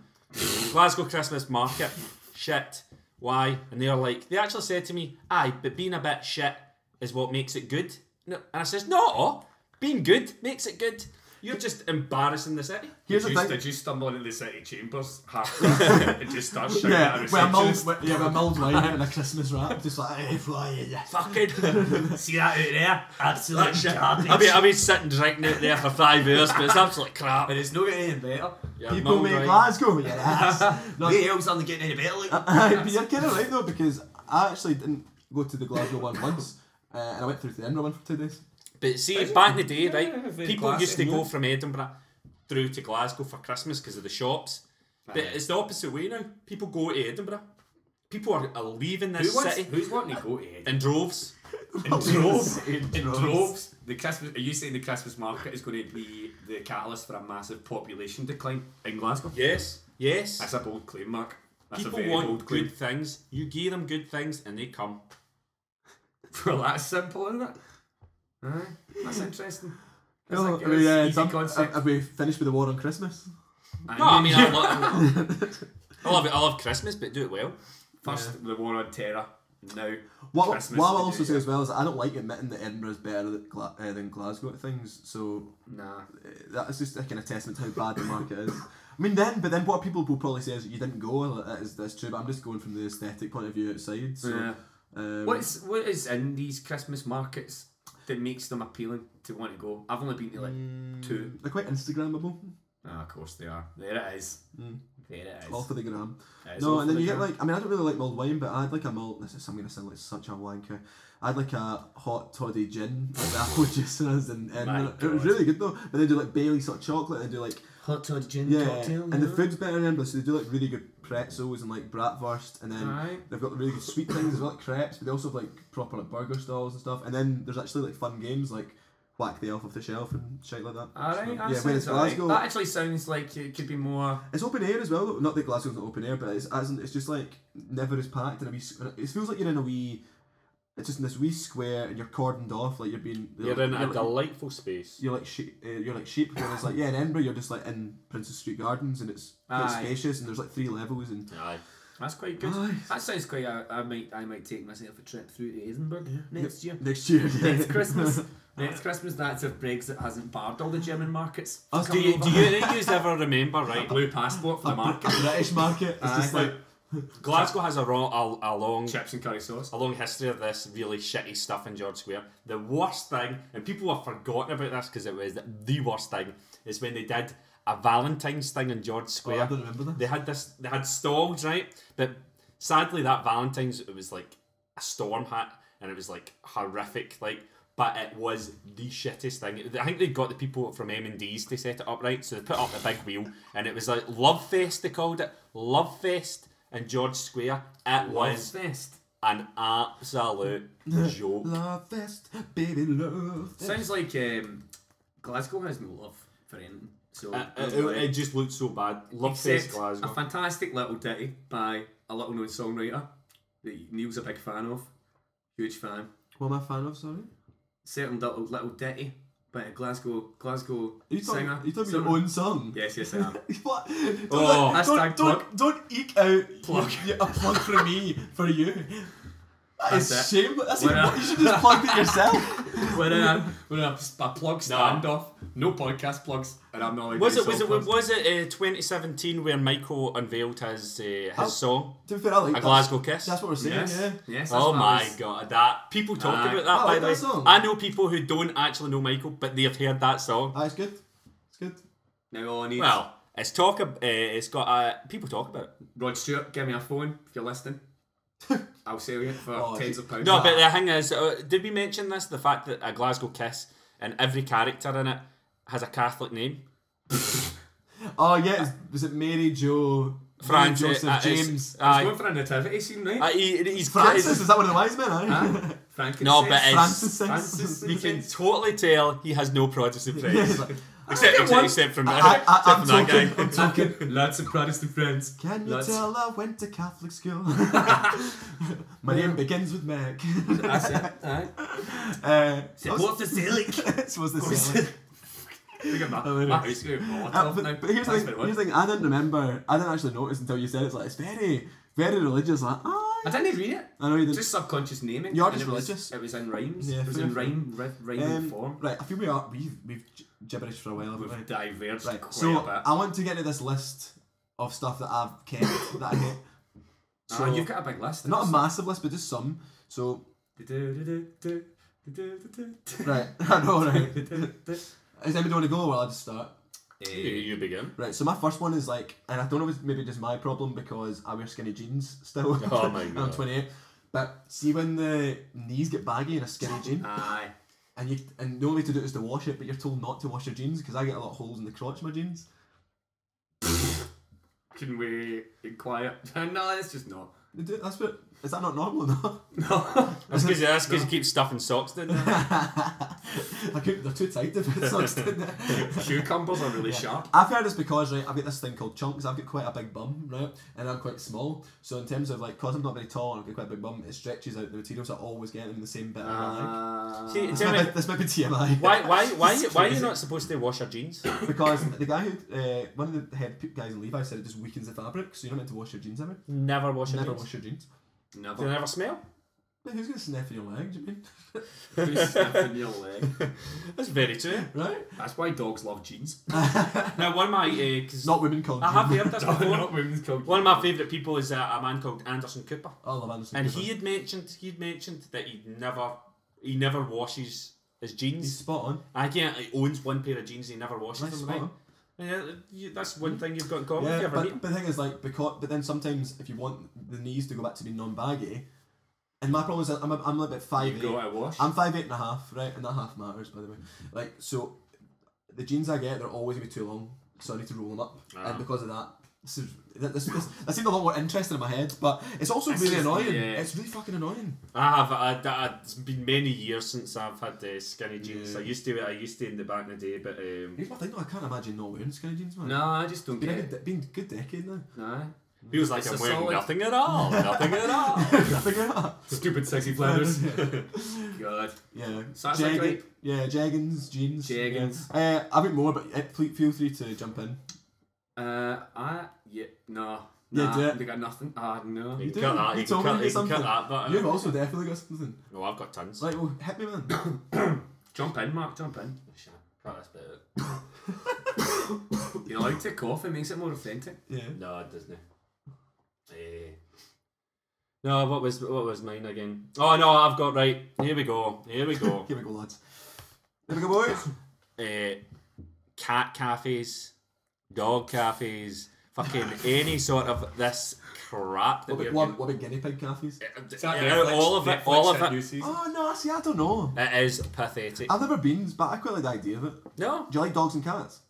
Glasgow Christmas market shit why and they're like they actually said to me aye but being a bit shit is what makes it good no, and I says no being good makes it good you're just embarrassing the *laughs* city Here's did, the you, thing. did you stumble into the city *laughs* chambers halfway and just start shouting at a Yeah, we're mulled, receptionist? we're, yeah, we're mulled wine and a Christmas wrap, just like hey, fly in, yes. fucking See that out there? Absolute shit I've been, I've been sitting drinking out there for five hours, but it's absolute crap. And it's not getting any better. Yeah, People mum make driving. Glasgow, *laughs* yes. No, The elves aren't getting any better. Look. uh, but you're kind of right though because I actually didn't go to the Glasgow one once, uh, and I went through to the Edinburgh one for two days. But see, back in the day, right, yeah, very people used to classy. go from Edinburgh through to Glasgow for Christmas because of the shops. But Aye. it's the opposite way now. People go to Edinburgh. People are, are leaving Who this wants, city who's wanting to go to Edinburgh? in droves. In droves. In *laughs* In droves. droves. The Christmas. Are you saying the Christmas market is going to be the catalyst for a massive population decline in Glasgow? Yes, yes. That's a bold claim, Mark. That's a people very want bold good claim. *laughs* things. You give them good things, and they come. Well, that's simple, isn't it? Aye, that's interesting. That's No, like I mean, an uh, easy some- concept. have we finished with the war on Christmas? No, I mean, *laughs* *laughs* I love, I love it. I love Christmas, but do it well. first the war on terror. Now, What, Christmas what I'll we do, also say yeah. as well is I don't like admitting that Edinburgh is better than, Gla- uh, than Glasgow at things, so nah. uh, that's just a kind of testament to how bad the market is. I mean, then, but then what people will probably say is you didn't go, like, that is, that's true, but I'm just going from the aesthetic point of view outside. So, Yeah. um, What is what is in these Christmas markets that makes them appealing to want to go? I've only been to like two. They're quite Instagrammable, Ah, of course they are. There it is. There it is. all for the gram. It Mm. is No, all and for then the you get gram. like, I mean, I don't really like mulled wine, but I'd like a mulled, this is, I'm going to sound like such a wanker. I'd like a hot toddy gin with apple *laughs* juice in it, and, and My it was God. really good though. But they do like Bailey's hot chocolate, they do like, hot toddy gin yeah, cocktail. and the food's better in Edinburgh, so they do like really good pretzels and like bratwurst, and then Right. they've got really good sweet things as well, like crepes, but they also have like proper like, burger stalls and stuff. And then there's actually like fun games like Whack the Elf off the Shelf and shit like that. So, Alright, that yeah, whereas sounds alright. Glasgow, That actually sounds like it could be more. It's open air as well. though. Not that Glasgow's not open air, but it's as in, it's just like never as packed and a wee. s- It feels like you're in a wee. It's just in this wee square and you're cordoned off, like you're being. You're in a like, delightful space. you're like sheep. Uh, you're like sheep. Whereas like yeah, in Edinburgh you're just like in Princess Street Gardens and it's quite Aye. spacious and there's like three levels and. *laughs* Aye. That's quite good. Aye. That sounds quite. uh, I, I might. I might take myself a trip through to Edinburgh next year. Next year. *laughs* *laughs* Next Christmas. Next Christmas. That's if Brexit hasn't barred all the German markets. I was Do Come you, over. do you, do you ever remember, right? blue passport for the *laughs* market? The British market. It's just Aye. like Glasgow has a, ro- a, a long Chips and curry sauce. a long history of this really shitty stuff in George Square. The worst thing, and people have forgotten about this because it was the worst thing, is when they did a Valentine's thing in George Square. Oh, I don't remember that. They had this. They had stalls, right? But sadly, that Valentine's it was like a storm hat, and it was like horrific. Like, but it was the shittiest thing. I think they got the people from M and D's to set it up right, so they put up the big wheel, and it was like Love Fest. They called it Love Fest in George Square. It was Fest. an *laughs* absolute joke. Love fest, baby love. fest. Sounds like um, Glasgow has no love for anything. So Uh, it, it- it just looked so bad. Love Fest except Glasgow. a fantastic little ditty by a little known songwriter that Neil's a big fan of, huge fan. What am I a fan of, sorry? Certain little little ditty by a Glasgow Glasgow Are you talking, singer. are you talking about songwriter. your own song? Yes, yes, I am. What? Don't, Oh, let- hashtag don't, don't, don't eke out Plug. your- your- a plug for me, for you. That is That's shameless. That's We're even- out. you should just plug it yourself. we're a, we're a, a plug standoff. No podcast plugs, and I'm not. allowed to was do it was song it plugs. was it uh, 2017 where Michael unveiled his uh, his Oh. song to be fair, I like A that. Glasgow Kiss? That's what we're saying, Yes, yeah. yes. Oh that's my what I was- god, that people talk Aye. about that I by like the Oh, that way. song. I know people who don't actually know Michael, but they've heard that song. Ah, it's good. It's good. Now all I need. Well, it's talk. ab- Uh, it's got uh, people talk about it. Rod Stewart, give me a phone if you're listening. I'll sell you it for Oh, tens gee. of pounds. No, but the thing is, uh, did we mention this? The fact that a Glasgow Kiss and every character in it has a Catholic name. Oh, yeah. it's- Was it Mary Jo? Mary Francis, Joseph uh, it's- James. I was aye. going for a nativity scene, right? Uh, he, he's Francis? Is that one of the wise men, Huh? aren't *laughs* Frankenstein. No, but it's- Francis. Francis. *laughs* You can totally tell he has no Protestant friends, like, except I get except, one. except from I- I- except I'm from that talking- guy. *laughs* I'm talking. Lots of Protestant friends. Can you Lots. tell I went to Catholic school? *laughs* My name begins with Mac. That's it. Aye. *laughs* uh, Support the *laughs* Gaelic. this was the *laughs* same. Look at that. Hilarious. My house Uh, going Molotov now. but, but here's, the thing, Thanks very much. here's the thing, I didn't remember, I didn't actually notice until you said it. it's like, it's very, very religious, like, ah, I didn't read it. I know you didn't. Just subconscious naming. You're and just it was- religious. It was in rhymes. Yeah, it was fair in enough. rhyme, ri- rhyming Um, form. Right, I feel we are, we've, we've gi- gibberished for a while, haven't we? We've diverged Right, quite so a bit. Ah, I want to get to this list of stuff that I've kept, *laughs* that I hate. Ah, So, you've got a big list. not a massive list, but just some. So, right, *laughs* I know, right. Is anybody want to go or I'll just start? You, you begin. Right, so my first one is like, and I don't know if it's maybe just my problem because I wear skinny jeans still. Oh *laughs* my And I'm God. 28. But see when the knees get baggy in a skinny *laughs* jean, *laughs* Aye. and you and the only way to do it is to wash it, but you're told not to wash your jeans because I get a lot of holes in the crotch of my jeans. Can we inquire? *laughs* no, it's just not. They do- That's what is that not normal? No, *laughs* No. That's because that's because he keeps stuffing socks down there. I could, they're too tight to fit socks in there. Cucumbers are really sharp. *laughs* I've heard it's because right, I've got this thing called chunks. I've got quite a big bum, right, and I'm quite small. So in terms of like, cause I'm not very tall and I've got quite a big bum, it stretches out the material. So I always get them in the same bit. of my leg. Uh, See, That's tell my me- bit- That's maybe TMI. Why, why, why, why are you not supposed to wash your jeans? *laughs* Because the guy who, uh, one of the head pe- guys in Levi said it just weakens the fabric, so you're not meant to wash your jeans ever. Never wash your Never jeans. wash your jeans. Do they Never. never smell? But who's gonna sniff in your leg? Do you mean *laughs* Who's sniffing *laughs* your leg? That's very true. right? That's why dogs love *laughs* jeans. Now, one of my, because Not women called. I have *laughs* heard this They're before. not women's called One of my favourite people is uh, a man called Anderson Cooper, *laughs* Oh, I love Anderson. and Cooper. he had mentioned he'd mentioned that he never he never washes his he's jeans. spot on. I can't. He owns one pair of jeans. He never washes That's them. spot Right? on. Yeah, uh, you, that's one thing you've got in common. if you Yeah, ever meet but, him. but the thing is, like, because but then sometimes if you want the knees to go back to being non-baggy, and my problem is that I'm a, I'm a little bit five You go eight. out wash. I'm five eight and a half, right, and that half matters by the way. Like, so the jeans I get, they're always gonna be too long, so I need to roll them up, Ah. and because of that. This, is, this, this, that seemed a lot more interesting in my head, but it's also This really is- annoying. yeah. It's really fucking annoying. I have. I, I, it's been many years since I've had uh, skinny jeans. I used to. I used to in the back in the day, but um, Here's my thing though, I can't imagine not wearing skinny jeans, man. No, I just don't Been a get good, de- it. been a good decade *laughs* now. No. feels like It's I'm a wearing solid- nothing at all. Nothing at all. Figure it out. Stupid sexy flatters. *laughs* God. Yeah. Sounds like Jagged- rape. Yeah, Jaggins, jeans. Jaggins. Yeah. Uh, I've got more, but uh, ple- feel free to jump in. Uh, I yeah no. Yeah, Nah, do it. they got nothing. Ah, no. You do. can cut that. You You, can told me cut, to you get can cut something. that. Uh, But uh, You've also definitely got something. no, I've got tons. Like, well, hit me, *coughs* man. Jump in, Mark. Jump in. Cut this bit out. You're allowed to cough. It makes it more authentic. yeah. No, it doesn't. Eh. No, what was what was mine again? Oh no, I've got right. Here we go. Here we go. Here we go, lads. Here we go, boys. uh, cat cafes, dog cafes, *laughs* fucking any sort of this crap that What we're about, doing. what, what about guinea pig cafes? Yeah, all of it, all of it. Oh, no, see, I don't know. It is pathetic. I've never been, but I quite like the idea of it. no, Do you like dogs and cats?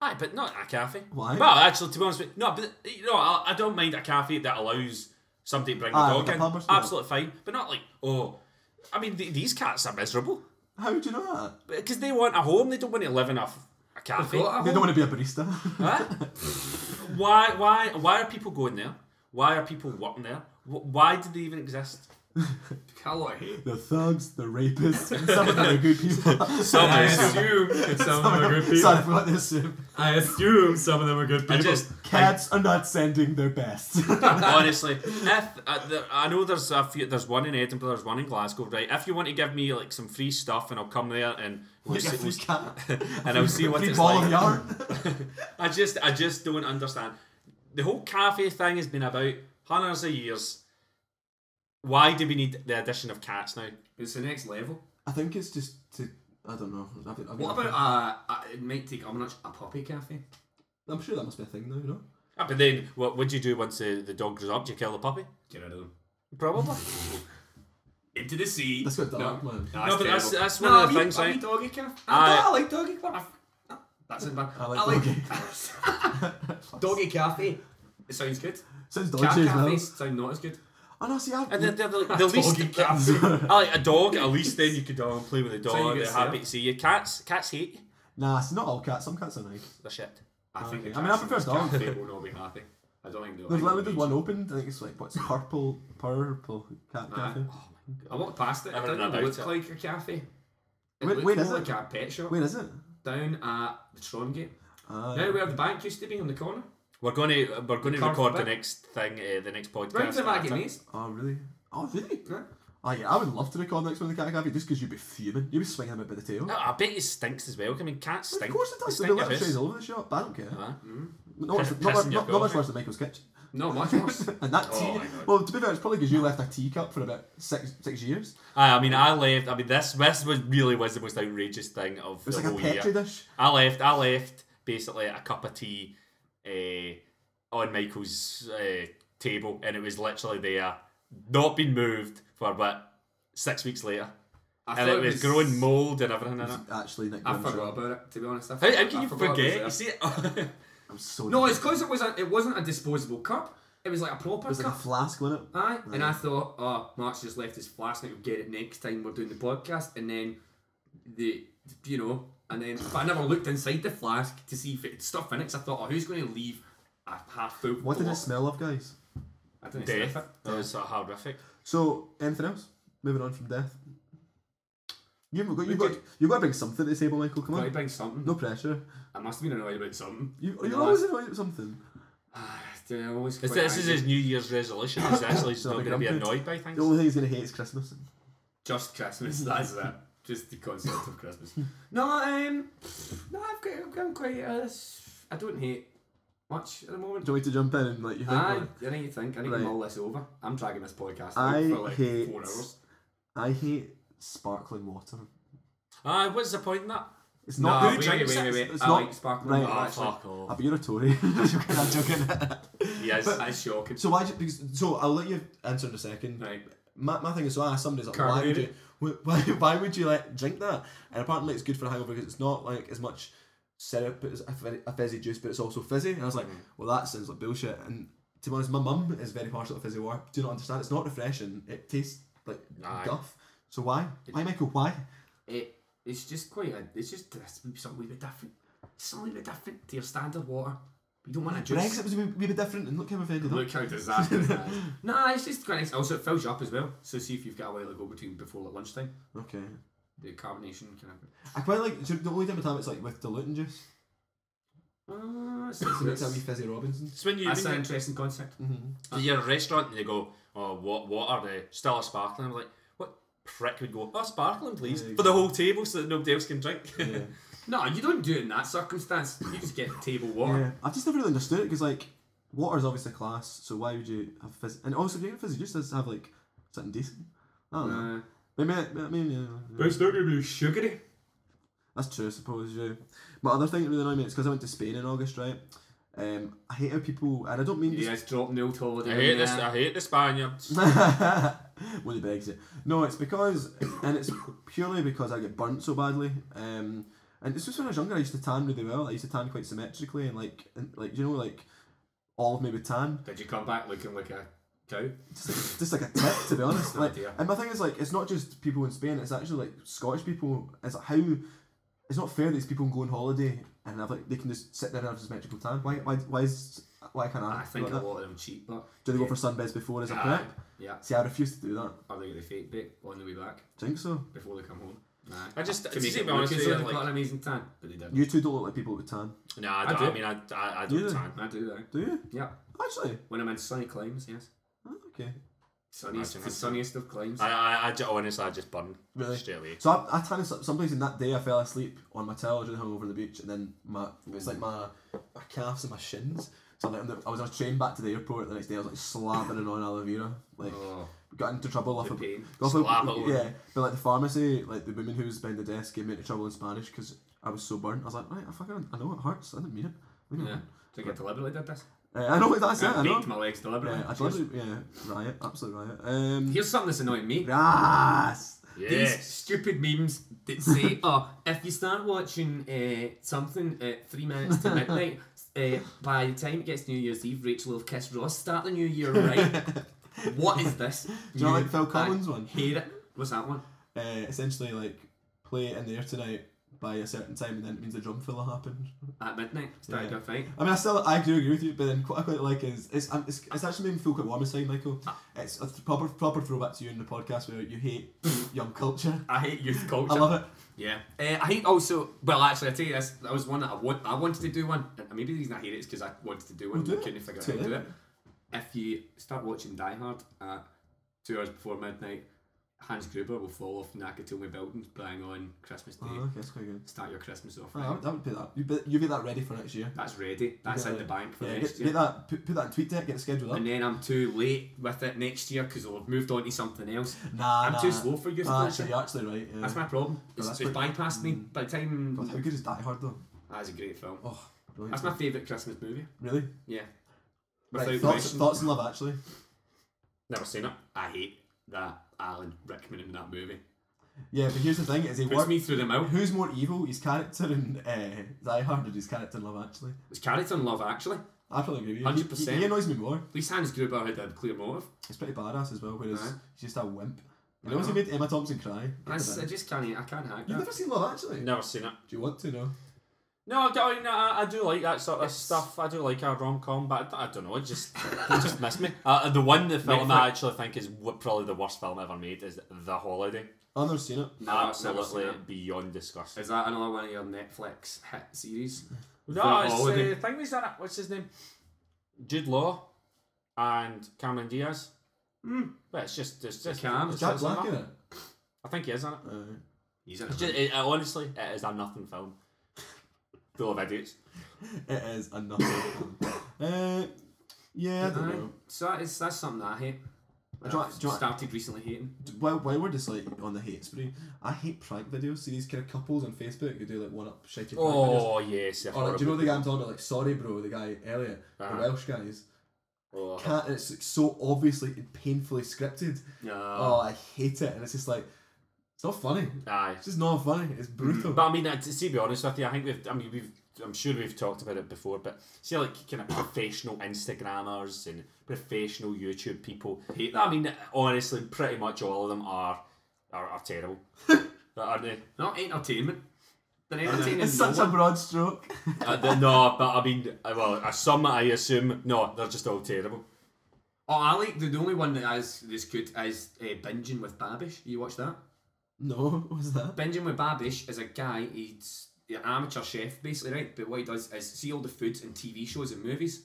aye, but not a cafe. Why? Well, actually, to be honest with you, no, but you know, I, I don't mind a cafe that allows somebody bring the Ah, dog like a in. pub or something. Absolutely fine, but not like oh, I mean th- these cats are miserable How do you know that? because they want a home. They don't want to live in a, f- a cafe. They don't want to be a barista. Oh. Huh? why? Why? Why are people going there? Why are people working there? Wh- Why do they even exist? they're thugs, they're rapists, and some of them are good people. *laughs* Some I *laughs* are stupid. assume some of them are good people. Sorry for what they assume. I assume some of them are good people. I *laughs* just Cats are not sending their *laughs* best. honestly, if uh, there, I know there's a few, there's one in Edinburgh, there's one in Glasgow, right? If you want to give me like some free stuff, and I'll come there and we'll see, we'll- and I'll *laughs* see what Free it's ball like. of yarn. *laughs* I just I just don't understand. The whole cafe thing has been about hundreds of years. Why do we need the addition of cats now? It's the next level. I think it's just to. I don't know. I've, I've What about uh, uh, it might take how much a puppy cafe? I'm sure that must be a thing now, you know? Ah, But then, what would you do once the, the dog grows up? Do you kill the puppy? Get rid of them. Probably. Into the sea. That's got dark, no. man. no, but that's, terrible. that's No, one of a the wee- things, a wee right? doggy cafe. I- I, I like doggy cafe. That's it, man. I like *laughs* doggy cafe. It sounds good. Sounds Cat dodgy as well. cafes sound not as good. Oh no, see, I. And then they're *laughs* the, the least Doggy cafe. I like a dog. At least then you could all play with a dog. you get they're to happy see to see you. Cats, cats hate you. Nah, it's not all cats. Some cats are nice. They're shit. I *laughs* think. I mean, I prefer dog. They will not be happy. I don't think they'll. There's like literally them. just one opened. I think it's like what's purple, purple cat cafe. I walked past it. I It don't didn't know look about like a cafe. It Where- looked where more is it? like a pet shop Where is it? down at the Tron Gate. Uh, Now where the bank used to be on the corner. We're gonna we're gonna Can't record the fit. next thing, uh, the next podcast. Round to the Maggie after. Maze. oh really? Oh really? Yeah. Oh yeah, I would love to record next one in the cat cafe just because you'd be fuming. You'd be swinging him a bit of the tail. Oh, I I bet it stinks as well. I mean, cats stink. Of course it does. They There'll be litter stink of trays piss. all over the shop. But I don't care. Huh? Not, *laughs* worse, not, Piss- piss worse, in your not, not much coffee. worse than Michael's kitchen. No, much *laughs* worse. *laughs* And that tea. Oh, my God. well, to be fair, it's probably because you left a teacup for about six six years. Aye, I mean, I left. I mean, this this was really was the most outrageous thing of It was the like a oh, whole petri year. dish. I left. I left basically a cup of tea uh, on Michael's uh, table, and it was literally there, not been moved for about six weeks later, I and thought it was, growing mold and everything in it. Actually, Nick I Grimshaw. forgot about it. To be honest, I How, forgot- how can I you forgot it was forget? You there. see, *laughs* *laughs* I'm so. No, it's because it was a, it wasn't a disposable cup. It was like a proper There's like cup. a flask on it. Aye, and I thought, oh, Mark's just left his flask, and he'll get it next time we're doing the podcast. And then the, you know, and then but I never looked inside the flask to see if it had stuff in it. 'cause I thought, oh, who's going to leave a half full? What did it bottle? smell of, guys? I didn't sniff death. it. That was uh, horrific. So, anything else? Moving on from death. You've got, you've We got, you've got to bring something to the table, Michael. Come Got to on. bring something. No pressure. I must have been annoyed about something. You, In you're the always last- annoyed at something. I always This, quite this is angry. his New Year's resolution. *coughs* He's actually just So not I'll be going to be grumpy. annoyed by The things. only thing he's going to hate is Christmas. Just Christmas, that's it. *laughs* Just the concept of Christmas. No, um, no, I've got, I've got quite. Uh, s- I don't hate much at the moment. Do you want me to jump in and let you think? I, what- I need to think. I need Right. to mull this over. I'm dragging this podcast out I for like hate. four hours. I hate sparkling water. Ah, what's the point in that? It's not. Nah, good. wait, drinks wait, it? wait, wait. It's I not- like sparkling right. water. Oh, actually. Ah, but you're a Tory. *laughs* I'm joking. *laughs* Yes. That's shocking. So why? do you- Because so I'll let you answer in a second. Right. My, my thing is, so I asked somebody, like, why would you, *laughs* Carbonated. wh- why, why would you like drink that? And apparently, it's good for a hangover because it's not like as much syrup as a, fizz- a fizzy juice, but it's also fizzy. And I was like, well, that sounds like bullshit. And to be honest, my mum is very partial to fizzy water. Do not understand. It's not refreshing. It tastes like Aye. guff. So why? Why, Michael? Why? It, it's just quite. A, it's just it's something a wee bit different. Something a wee bit different to your standard water. You don't want to juice. Brexit was a wee, wee bit different, and look how we've ended up. Look how disastrous that is. *laughs* Nah, it's just quite nice. Also, it fills you up as well. So see if you've got a while to go between before like lunchtime. Okay. The carbonation kind of. I quite like so the only time I have it's like with diluting juice. Uh, it's, So it's a wee it's, fizzy Robinson. It's when you that's when an you- interesting concept. Mm-hmm. So you're at a restaurant and they go, oh, what water? The still a sparkling. I'm like, what prick would go, oh, sparkling, please, Yeah, for the whole table so that nobody else can drink? Yeah. No, you don't do it in that circumstance. You just get table water. Yeah, I've just never really understood it because like water's obviously a class, so why would you have fizz? And also, if you get fizzy juice, does have like something decent. I don't know. Uh, Maybe, maybe, maybe yeah, yeah. but it's not going to be sugary. that's true, I suppose. Yeah. My other thing that really annoyed me is because I went to Spain in August, right? Um, I hate how people, and I don't mean just Yeah, it's drop nil holiday. *laughs* I hate in this. there. I hate the Spaniards. *laughs* When the Brexit. No, it's because, and it's purely because I get burnt so badly. Um, and it's just when I was younger, I used to tan really well. I used to tan quite symmetrically, and like, and, like you know, like all of me would tan. Did you come back looking like a cow. just like, just like a tip to be *laughs* honest. Like, dear. and my thing is like, it's not just people in Spain; it's actually like Scottish people. It's like how it's not fair that these people can go on holiday and have like they can just sit there and have just magical time. Why? Why? Why is? Why can't I? I think do a that? lot of them cheat, but Do they go for sunbeds before as a Aye, prep? yeah. See, I refuse to do that. Are they going to fake bit on the way back I think so. before they come home? Nah. I just To to make be it honest with look you, as though they've got like, an amazing tan, but they didn't. You two don't look like people with tan, nah, I, I don't, do. I mean, I, I, I You don't do. tan. I do that. do you? Yeah. Actually, When I'm in sunny climes, yes. Oh, okay. Sunniest, Imagine the that. sunniest of climes. I, I, I ju- honestly, I just burn Really? straight away. So I, I tanned some- someplace in that day. I fell asleep on my towel during hungover on the beach, and then my it was like my my calves and my shins. So like, on the- I was on a train back to the airport the next day. I was like slapping it on aloe vera. Like Oh, got into trouble off the of pain. got off Slap it of, on. yeah. But like the pharmacy, like the woman who was behind the desk gave me into trouble in Spanish because I was so burnt. I was like, right, I fucking I know it hurts. I didn't mean it. I, mean, Yeah. Do I get deliberately did this? it. Uh, I know that's it. I know. Baked my legs deliberately. Yeah, I Cheers. totally yeah riot absolute riot. Um, Here's something that's annoying me. yes. These Yes. stupid memes *laughs* that say, "Oh, if you start watching uh, something at three minutes *laughs* to midnight, uh, by the time it gets New Year's Eve, Rachel will have kissed Ross. Start the new year right." *laughs* what is this? Do you know, like Phil Collins I one? Hate it. What's that one? uh, essentially like play it in the air tonight by a certain time, and then it means the drum filler happened. At midnight, starting Yeah. a fight. I mean, I still I do agree with you, but then what I quite like is it's um, it's, it's actually made me feel quite warm inside, Michael. Ah. It's a th- proper proper throwback to you in the podcast where you *laughs* hate young culture. I hate youth culture. I love it. Yeah. Uh, I hate also. Well, actually, I tell you this. That was one that I want. I wanted to do one. And maybe the reason I hate it is because I wanted to do one. Well, do and it. couldn't figure out how Tell to do it. it. If you start watching Die Hard at two hours before midnight, Hans Gruber will fall off Nakatomi Building, bang on Christmas Day. Oh, okay, that's quite good. Start your Christmas off. Right, Right. I, would, I would put that. You bet, you get that ready for next year. That's ready. That's Uh-huh. Yeah. in the bank for Yeah, next get, year. get that. Put, put that in tweet deck. Get it scheduled up. And then I'm too late with it next year because I'll have moved on to something else. Nah, I'm nah. too slow for youth Ah, culture. actually, you're actually right. Yeah. That's my problem. It's, Oh, that's Mm. it's pretty- bypassed me. By the time God, how good is Die Hard though? that's a great film. Oh, brilliant. That's my favourite Christmas movie. really. Yeah. Right, Without thoughts, question. thoughts and love actually. Never seen it. I hate that Alan Rickman in that movie. Yeah, but here's the thing: is he Puts worked me through the mouth. Who's more evil, his character in uh, Die Hard or his character in Love Actually? His character in Love Actually. I probably agree with you. 100%. He, he annoys me more. At least Hans Gruber had a clear motive. He's pretty badass as well, whereas Aye. he's just a wimp. You I know, he know. made Emma Thompson cry. I, s- I just can't. I can't hack You've that. never seen Love Actually? Never seen it. Do you want to know? No, I, I, no, I, I do like that sort of stuff. I do like a rom com, but I, I don't know. It just it just missed me. Uh, the one the film I actually think is w- probably the worst film ever made is The Holiday. I've never seen it. No, I've never Absolutely seen beyond disgusting. it. Is that another one of your Netflix hit series? No, The it's Holiday. uh, thing was done it. What's his name? Jude Law and Cameron Diaz. Mm. But it's just it's just. Cam? it's Is Jack just a Black in nothing. it. I think he is in it. Uh, He's in It's just- it- it- honestly, it is a nothing film. Full of idiots. it is another one. Uh, yeah, I don't know. So that is, that's something that I hate. Do you I want- do you want- started recently hating. D- While, while we're just like on the hate spree, I hate prank videos. See these kind of couples on Facebook who do like one up shitty prank videos. Oh yes. Or like, do you know the guy I'm talking about? Like, sorry, bro, the guy Elliot, Uh-huh. the Welsh guys. Oh. can't. It's like, so obviously and painfully scripted. No. Oh, I hate it, and it's just like it's not funny. Aye. It's just not funny. It's brutal. But I mean, uh, to, to be honest with you, I think we've. I mean, we've. I'm sure we've talked about it before, but see, like kind of professional Instagrammers and professional YouTube people. Hate I mean, honestly, pretty much all of them are are, are *laughs* terrible. Aren't they? Not entertainment. They're entertaining. Oh, it's no such a one. broad stroke. *laughs* Uh, they- no, but I mean, uh, well, uh, some I assume no, they're just all terrible. Oh, I like the, the only one that is this good is uh, binging with Babish. You watch that? no, what was that? Benjamin Babish is a guy, he's an amateur chef basically, right? But what he does is see all the foods in TV shows and movies,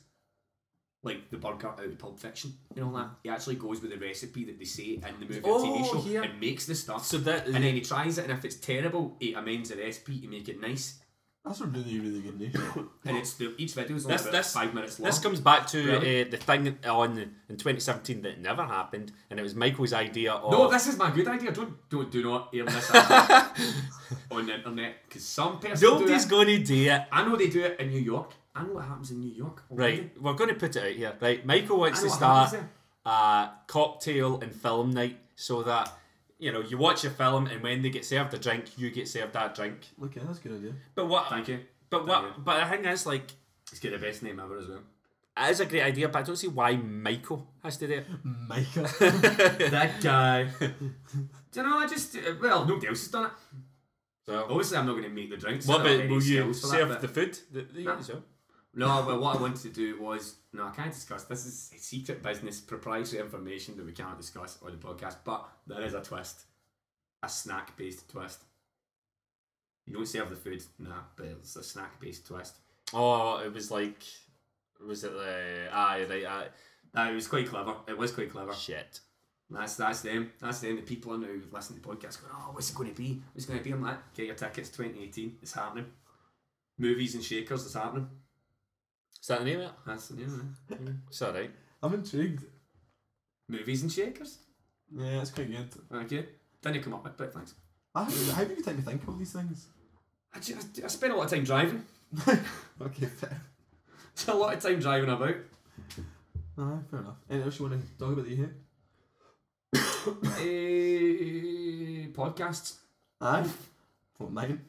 like the burger out of Pulp Fiction and all that. He actually goes with the recipe that they say in the movie or TV Oh, show yeah. and makes the stuff. So that and then he tries it, and if it's terrible, he amends the recipe to make it nice. That's a really, really good name. *laughs* And it's the, each video is only This- about this- five minutes long. This comes back to Really? uh, the thing on in 2017 that never happened, and it was Michael's idea of. no, this is my good idea. Don't don't do not *laughs* air this out on the internet because some person do Nobody's it. going to do it. I know they do it in New York. I know what happens in New York. already. Right, we're going to put it out here. Right, Michael wants I to know what start happens a cocktail and film night so that you know you watch a film and when they get served a drink, you get served that drink. okay, that's a good idea. But what? Thank you. But Thank what? you. But the thing is, like, *laughs* He's got the best name ever as well. It is a great idea, but I don't see why Michael has to do it. Michael. *laughs* that guy. Do you know? I just uh, well, nobody else has done it. So, Obviously, I'm not going to make the drinks. I Oh, what don't have about any will you skills for that, serve but- the food that that you No. eat as well? No, but what I wanted to do was no, I can't discuss. This is secret business, proprietary information that we cannot discuss on the podcast. But there is a twist, a snack-based twist. You don't serve the food, nah, but it's a snack-based twist. Oh, it was like, was it the aye right? Aye. That it was quite clever. It was quite clever. Shit. That's that's them. That's them. The people in who listen to the podcast going, oh, what's it going to be? What's it going to be? I'm like, get your tickets. 2018. It's happening. Movies and shakers. It's happening. Is that the name of That's the name. man. it? It's all right. *laughs* I'm intrigued. Movies and shakers. Yeah, it's quite good. Okay. Didn't come up with, but thanks. How, how do you time to think of all these things? I, ju- I spend a lot of time driving. *laughs* okay, *laughs* fair. It's a lot of time driving about. Ah, fair enough. Anything else you want to talk about that you hate? Eh, podcasts. Aye. What, mine?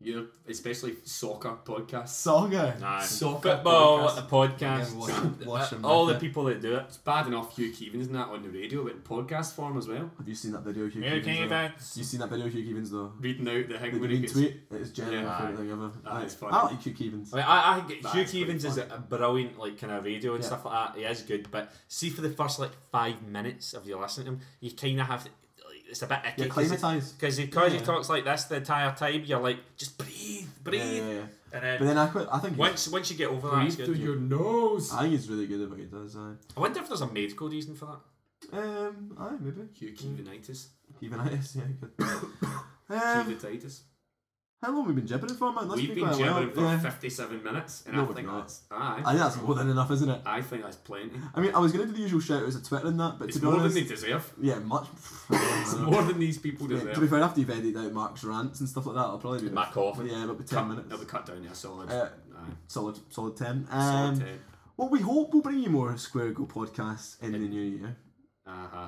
Yeah, especially soccer podcasts. Saga. Aye. Soccer Football, a podcast. Yeah, podcast. Uh, watch- watch them, all the eh? mate. people that do it. It's bad enough Hugh Keevan isn't that on the radio, but in podcast form as well. Have you seen that video of Hugh Mary Keevans? Kay though? Vance. You seen that video of Hugh Keevans though? Reading out the thing The when he green gets tweet. It's generally Yeah, my aye. favourite thing ever. Aye, it's funny. I like Hugh Keevans. I, mean, I, I think That's Hugh pretty Keevans is fun. a brilliant like kind of radio and Yeah. stuff like that. He is good, but see for the first like five minutes of you listening to him, you kind of have to. Like, it's a bit icky Get climatised. because he, 'cause he Yeah. talks like this the entire time. You're like, just breathe, breathe, Yeah, yeah, yeah. and then, But then I, quit, I think he's- once once you get over that, it's Breathe good. through your nose. I think he's really good at what he does. Aye. I wonder if there's a medical reason for that. Um, aye, maybe. Hugh Keevanitis. Even I, yeah, *coughs* good. um, Keevanitis. how long have we been gibbering for, man? That's We've been quite a while. jabbering for Yeah. 57 minutes, and No, I we've think not. that's aye. I think that's more than enough, isn't it? I think that's plenty. I mean, I was going to do the usual shout outs of Twitter and that, but It's to be more honest. than they deserve. yeah, much. *coughs* It's more than these people Yeah, to be deserve. fair, after you've edited out Mark's rants and stuff like that, I'll probably be Mark off. Yeah, about ten Cut, minutes. it'll be cut down to a solid. Uh, aye. Solid, solid ten. Um, Solid 10. Well, we hope we'll bring you more Square Go podcasts in the new year, Uh-huh.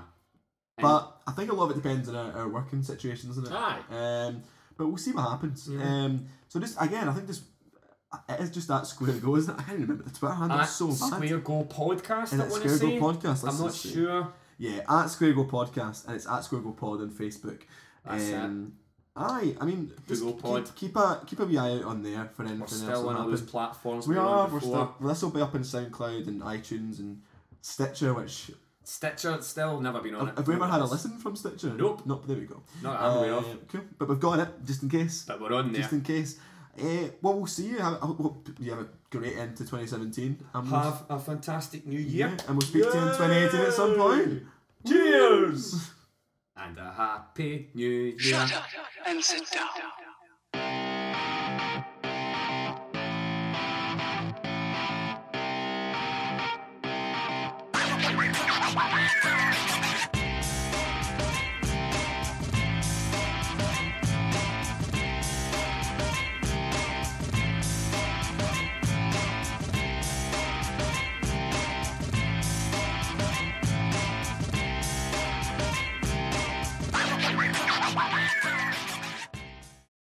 And- but I think a lot of it depends on our, our working situation, doesn't it? Aye. Um, but we'll see what happens. Um, so just again, I think just it is just that Square Go, isn't it? I can't remember the Twitter handle. at It's so bad. Uh, Square Go podcast, Is I it want to Square Go say. podcast? Let's I'm not just see. sure. Yeah, at Square Go podcast, and it's at Square Go Pod on Facebook. That's um, Aye, I mean, just Go keep, Pod. keep a keep a wee eye out on there for anything We're else. still that on all those happens. platforms. We were are. on We're before. still. Well, this will be up in SoundCloud and iTunes and Stitcher. Which Stitcher, it's still never been on it. have we ever had a listen from Stitcher? Nope. Nope. There we go. Not that I'm aware Uh, of. Cool. But we've got it just in case. But we're on there. Just in case. Uh, well, we'll see you. Have, I hope you have a great end to 2017. And we'll- Have a fantastic new year. And we'll speak to you in 2018 at some point. Cheers. And a happy new year. Shut up and sit down.